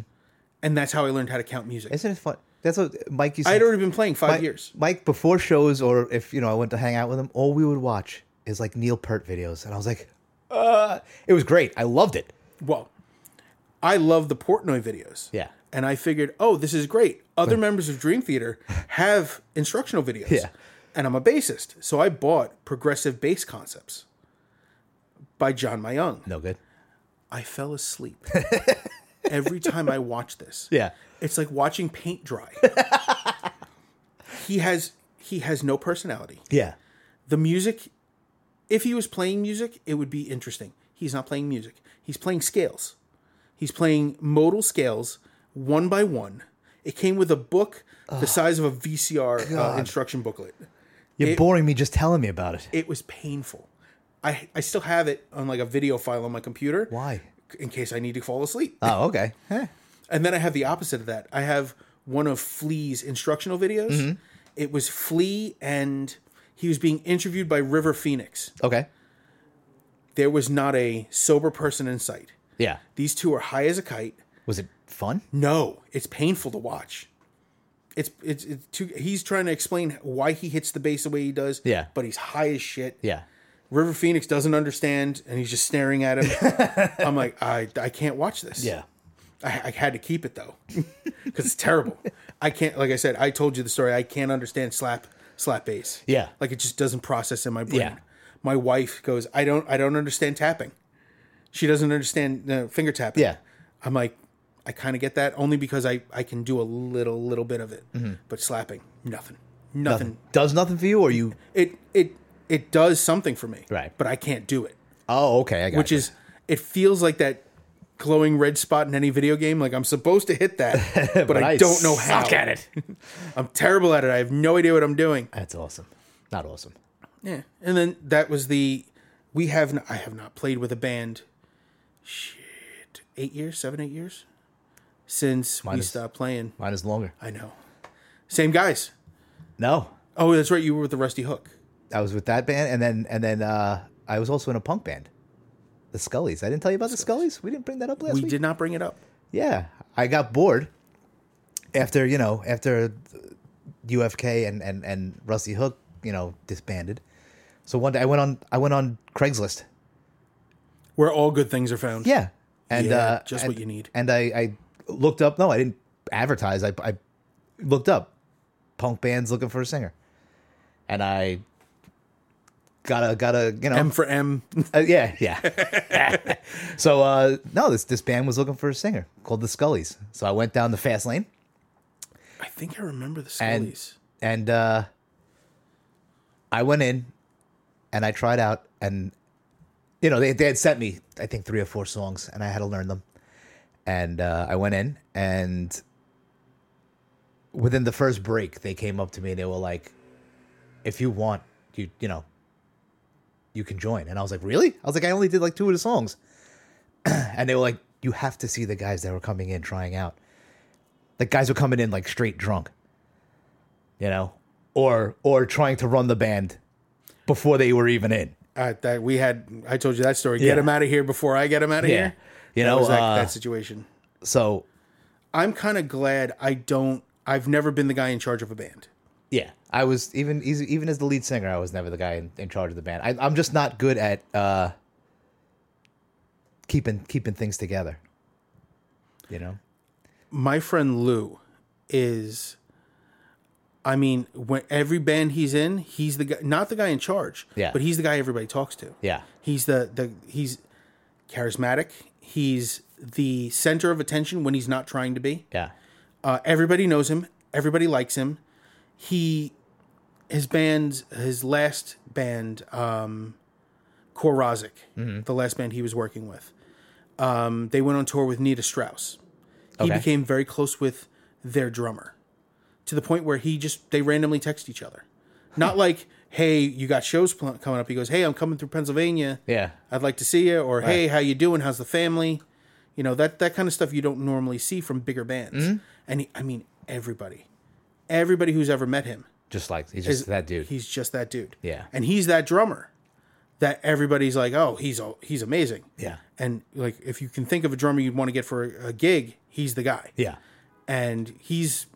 And that's how I learned how to count music. Isn't it fun? That's what Mike used. I to had already been playing five Mike- years. Mike, before shows or if you know I went to hang out with him, all we would watch is like Neil Peart videos, and I was like, uh, it was great. I loved it. Well, I love the Portnoy videos. Yeah. And I figured, oh, this is great. Other members of Dream (laughs) Theater have instructional videos. Yeah. And I'm a bassist. So I bought Progressive Bass Concepts by John Mayung. No good. I fell asleep (laughs) every time I watched this. Yeah. It's like watching (laughs) paint dry. he has he has no personality. Yeah. The music if he was playing music, it would be interesting. He's not playing music. He's playing scales. He's playing modal scales one by one. It came with a book the size of a VCR uh, instruction booklet. You're boring me just telling me about it. It was painful. I, I still have it on like a video file on my computer. Why? In case I need to fall asleep. Oh, okay. Eh. And then I have the opposite of that. I have one of Flea's instructional videos. It was Flea and he was being interviewed by River Phoenix. Okay. There was not a sober person in sight. Yeah. These two are high as a kite. Was it fun? No, it's painful to watch. It's it's, it's too, he's trying to explain why he hits the bass the way he does. Yeah. but he's high as shit. Yeah. River Phoenix doesn't understand, and he's just staring at him. (laughs) I'm like, I I can't watch this. I, I had to keep it though, (laughs) because it's terrible. I can't, like I said, I told you the story. I can't understand slap slap bass. Yeah. like it just doesn't process in my brain. Yeah. My wife goes, I don't, I don't understand tapping. She doesn't understand uh, finger tapping. Yeah. I'm like, I kind of get that only because I I can do a little little bit of it, but slapping, nothing, nothing. Does Mm-hmm. nothing for you, or you? It it it does something for me, Right. But I can't do it Oh, okay. I got which you. is it feels like that glowing red spot in any video game. Like I'm supposed to (laughs) hit that, but, I, don't know how. suck at it. (laughs) I'm terrible at it. I have no idea what I'm doing. That's awesome. Not awesome. Yeah. And then that was the we have n I have not played with a band. eight years, seven, eight years since we is- stopped playing. Mine is longer. I know. Same guys. No, Oh, that's right. You were with the Rusty Hook. I was with that band, and then and then uh, I was also in a punk band, the Scullies. I didn't tell you about the Scullies. We didn't bring that up last We week. did not bring it up. Yeah, I got bored after you know after UFK and and and Rusty Hook you know disbanded. So one day I went on I went on Craigslist. Where all good things are found. Yeah, and Yeah, uh, just and- what you need. And I I looked up. No, I didn't advertise. I I looked up punk bands looking for a singer, and I got a got a you know M for M. (laughs) uh, yeah, yeah. (laughs) so uh, no, this this band was looking for a singer called the Scullies. So I went down the fast lane I think I remember the and Scullies. and uh, I went in and I tried out and you know they they had sent me I think three or four songs and I had to learn them and uh, I went in and within the first break they came up to me and they were like if you want you you know you can join and I was like really I was like I only did like two of the songs (clears throat) and they were like you have to see the guys that were coming in trying out the guys were coming in like straight drunk you know, or or trying to run the band before they were even in. Uh, that we had. I told you that story. Get Yeah. him out of here before I get him out of Yeah. here. You That know, was that, uh, that situation. So I'm kind of glad I don't. I've never been the guy in charge of a band. yeah, I was even eas- even as the lead singer, I was never the guy in, in charge of the band. I, I'm just not good at uh, keeping keeping things together. You know, my friend Lou is I mean, when every band he's in, he's the guy not the guy in charge, Yeah. but he's the guy everybody talks to. Yeah. He's the the he's charismatic. He's the center of attention when he's not trying to be. yeah, Uh, everybody knows him. Everybody likes him. He, his band's his last band, um, Korozik, the last band he was working with. Um, they went on tour with Nita Strauss. He Okay. became very close with their drummer, to the point where he just they randomly text each other, not like hey you got shows pl- coming up. He goes hey I'm coming through Pennsylvania. yeah, I'd like to see you, or hey, how you doing? How's the family? You know that that kind of stuff you don't normally see from bigger bands. Mm-hmm. And he, I mean, everybody, everybody who's ever met him, just like he's just that dude. he's just that dude. Yeah. and he's that drummer that everybody's like, oh, he's a- he's amazing. Yeah. and like if you can think of a drummer you'd want to get for a, a gig, he's the guy. yeah, and he's,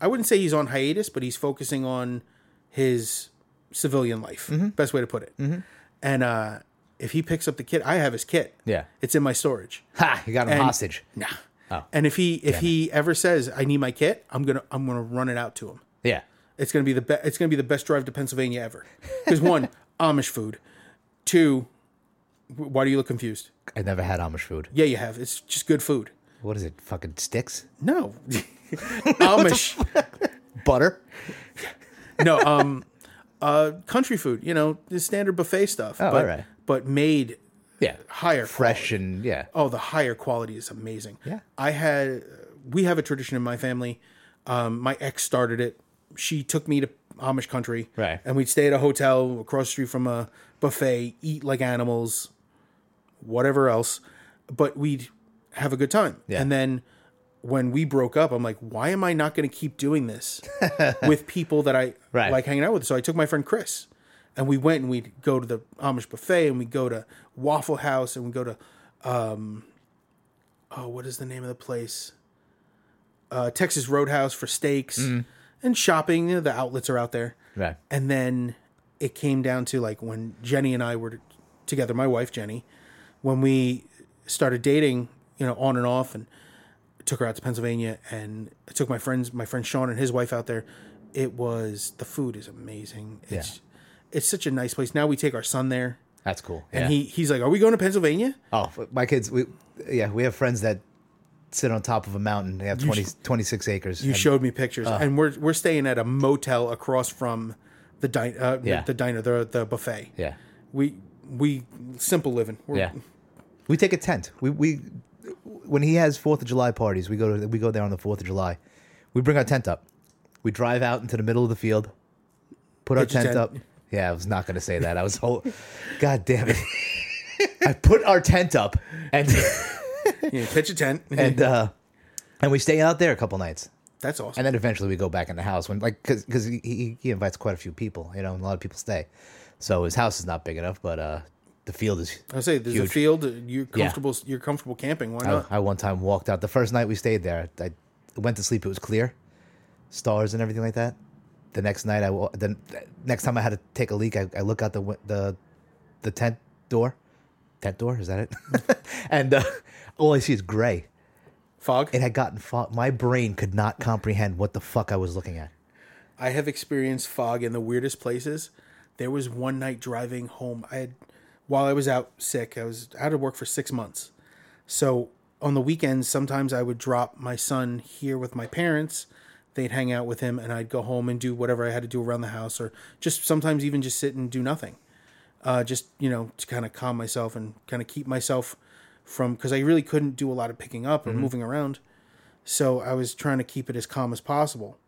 I wouldn't say he's on hiatus, but he's focusing on his civilian life. Mm-hmm. Best way to put it. And uh, if he picks up the kit, I have his kit. yeah. It's in my storage. Ha! You got him hostage. Nah. Oh. And if he if he ever says I need my kit, I'm gonna I'm gonna run it out to him. Yeah, It's gonna be the be- it's gonna be the best drive to Pennsylvania (laughs) ever. Because one, Amish food. Two, w- why do you look confused? I never had Amish food. Yeah, you have. It's just good food. What is it? Fucking sticks, No, (laughs) Amish. butter. no, um, uh, country food. You know, the standard buffet stuff. Oh, but, alright. But made Yeah, higher fresh and yeah, Oh, the higher quality is amazing. Yeah. I had, we have a tradition in my family. Um, my ex started it. She took me to Amish country. Right. And we'd stay at a hotel across the street from a buffet, eat like animals, whatever else. But we'd have a good time. Yeah. And then when we broke up, I'm like, why am I not going to keep (laughs) doing this with people that I Right. like hanging out with? So I took my friend Chris and we went and we'd go to the Amish buffet and we'd go to Waffle House and we'd go to oh, what is the name of the place? Uh, Texas Roadhouse for steaks and shopping. You know, the outlets are out there. Mm. right. And then it came down to like when Jenny and I were together, my wife Jenny, when we started dating, you know, on and off, and took her out to Pennsylvania, and I took my friends, my friend Sean and his wife out there. It was the food is amazing. It's it's such a nice place. Now we take our son there, That's cool. and yeah. he he's like, "Are we going to Pennsylvania?" Oh, my kids, we yeah, we have friends that sit on top of a mountain. They have 20, 26 acres. You and- uh, showed me pictures, and we're we're staying at a motel across from the diner, uh, Yeah. the diner, the the buffet. yeah, We we simple living. We're, (laughs) yeah. We take a tent. We we when he has Fourth of July parties, we go to we go there on the Fourth of July. We bring our tent up. We drive out into the middle of the field, put our Pitch a tent, tent. up. Yeah, I was not going to say that. I (laughs) was whole. God damn it! I put our tent up and Yeah, pitch a tent. and uh, and we stay out there a couple nights, (laughs) That's awesome. and then eventually we go back in the house when like because he, he he invites quite a few people, you know, and a lot of people stay. So his house is not big enough, but uh, the field is. I say there's a Huge. Oh. field. uh, You're comfortable. You're comfortable camping. Why I, not? I one time walked out the first night we stayed there. I went to sleep. It was clear, stars and everything like that. The next night I wa- then next time I had to take a leak, I, I look out the win- the the tent door, tent door is that it? (laughs) and uh, all I see is gray. Fog. It had gotten fog. My brain could not comprehend what the fuck I was looking at. I have experienced fog in the weirdest places. There was one night driving home. I had, while I was out sick, I was out of work for six months. So on the weekends, sometimes I would drop my son here with my parents. They'd hang out with him, and I'd go home and do whatever I had to do around the house, or just sometimes even just sit and do nothing. Uh, just you know, to kind of calm myself and kind of keep myself from because I really couldn't do a lot of picking up and moving around. So I was trying to keep it as calm as possible.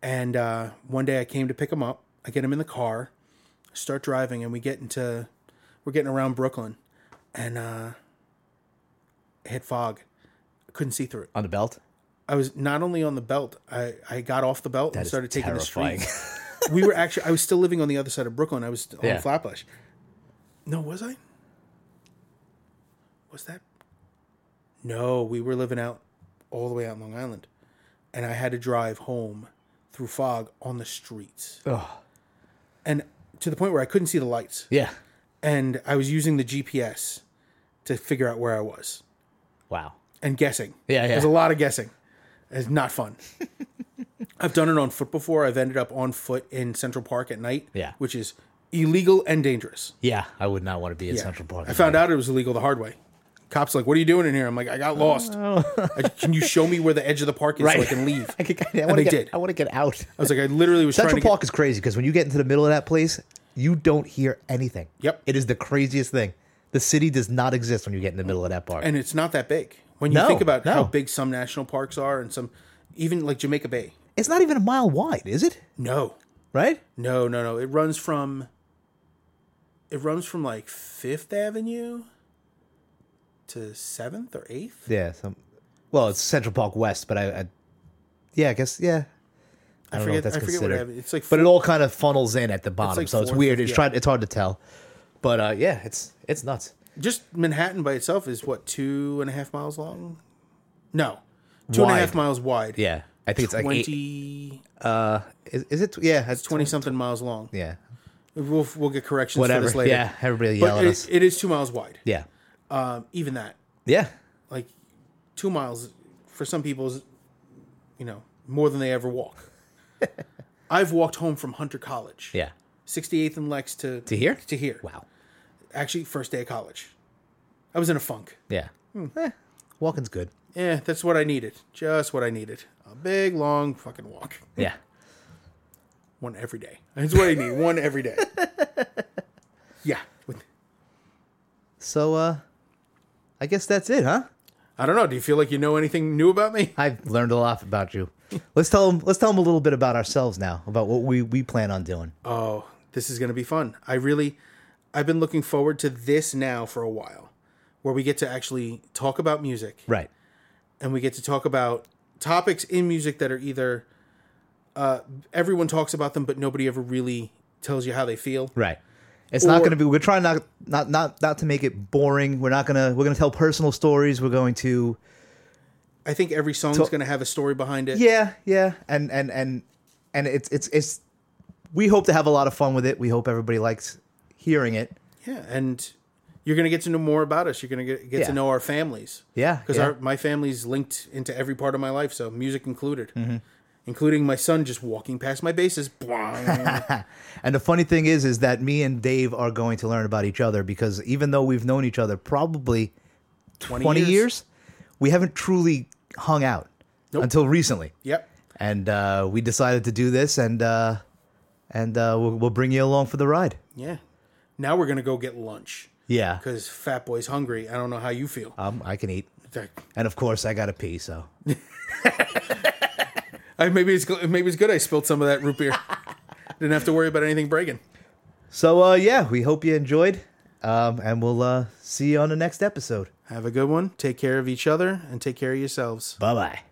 And uh, one day I came to pick him up. I get him in the car, start driving, and we get into we're getting around Brooklyn, and uh, it hit fog. I couldn't see through it. On the belt? I was not only on the belt. I I got off the belt and is started taking terrifying. the street. we were actually I was still living on the other side of Brooklyn. I was on Yeah. Flatbush. No, was I? Was that? No, we were living out all the way out in Long Island, and I had to drive home through fog on the streets, Oh, and to the point where I couldn't see the lights yeah. and I was using the GPS to figure out where I was Wow. and guessing. Yeah, yeah. There's a lot of guessing. It's (laughs) not fun. I've done it on foot before. I've ended up on foot in Central Park at night, Yeah. which is illegal and dangerous. Yeah, I would not want to be in Yeah. Central Park. I found out it was illegal the hard way. Cops like, what are you doing in here? I'm like, I got lost. Oh. I, can you show me where the edge of the park is so I (laughs) can leave? I, I could- I want to they get. did. I want to get out. was like, I literally was Central trying to Park is crazy because when you get into the middle of that place, you don't hear anything. Yep. It is the craziest thing. The city does not exist when you get in the middle of that park. get, and it's not that big. When you No, think about how no. big some national parks are and some, even like Jamaica Bay. it's not even a mile wide, is it? No, Right? No, no, no. It runs from it runs from like Fifth Avenue to Seventh or Eighth. Yeah. Some, well, it's Central Park West, but I, I yeah, I guess yeah. I, don't know if that's considered. Avenue. It's like but it all kind of funnels in at the bottom, like so it's fourth, weird. It's yeah. tried. It's hard to tell, but uh, yeah, it's it's nuts. just Manhattan by itself is what two and a half miles long. No, two and a half Wide. miles wide. Yeah, I think it's like eight, twenty uh, is, is it? Yeah, it's twenty something miles long. Yeah, We'll we'll get corrections for whatever. this later. Yeah, everybody but yelling at it, us. it is two miles wide. Yeah, Um, even that, yeah, like two miles for some people is you know more than they (laughs) ever walk i've walked home from hunter college yeah. 68th and lex to To here? to here Wow. actually first day of college i was in a funk Yeah. Hmm. Eh, walking's good. yeah that's what i needed just what i needed a big long fucking walk Yeah. one every day that's what i need one (laughs) every day yeah With- So, uh, I guess that's it, huh? i don't know do you feel like you know anything new about me I've learned a lot about (laughs) you. Let's tell them. Let's tell them a little bit about ourselves now, about what we we plan on doing. Oh, this is going to be fun. I really, I've been looking forward to this now for a while, where we get to actually talk about music right. and we get to talk about topics in music that are either uh, everyone talks about them, but nobody ever really tells you how they feel. Right. It's not Or- going to be. We're trying not not not not to make it boring. We're not gonna. We're gonna tell personal stories. We're going to. I think every song's going to have a story behind it. Yeah, yeah, and and and and it's it's it's. We hope to have a lot of fun with it. We hope everybody likes hearing it. Yeah, and you're going to get to know more about us. You're going to get, get Yeah. to know our families. Yeah, because yeah. my family's linked into every part of my life, so music included, Mm-hmm. including my son just walking past my bases. (laughs) And the funny thing is, is that me and Dave are going to learn about each other because even though we've known each other probably 20, years. we haven't truly hung out until recently. Yep. And uh, we decided to do this, and uh, and uh, we'll, we'll bring you along for the ride. Yeah. Now we're gonna go get lunch Yeah, because Fat Boy's hungry. I don't know how you feel. um, I can eat, Like, and of course I gotta pee. So I, maybe it's gl- maybe it's good. I spilled some of that root beer. (laughs) Didn't have to worry about anything breaking. so uh, yeah, we hope you enjoyed, um, and we'll uh, see you on the next episode. Have a good one. Take care of each other and take care of yourselves. Bye bye.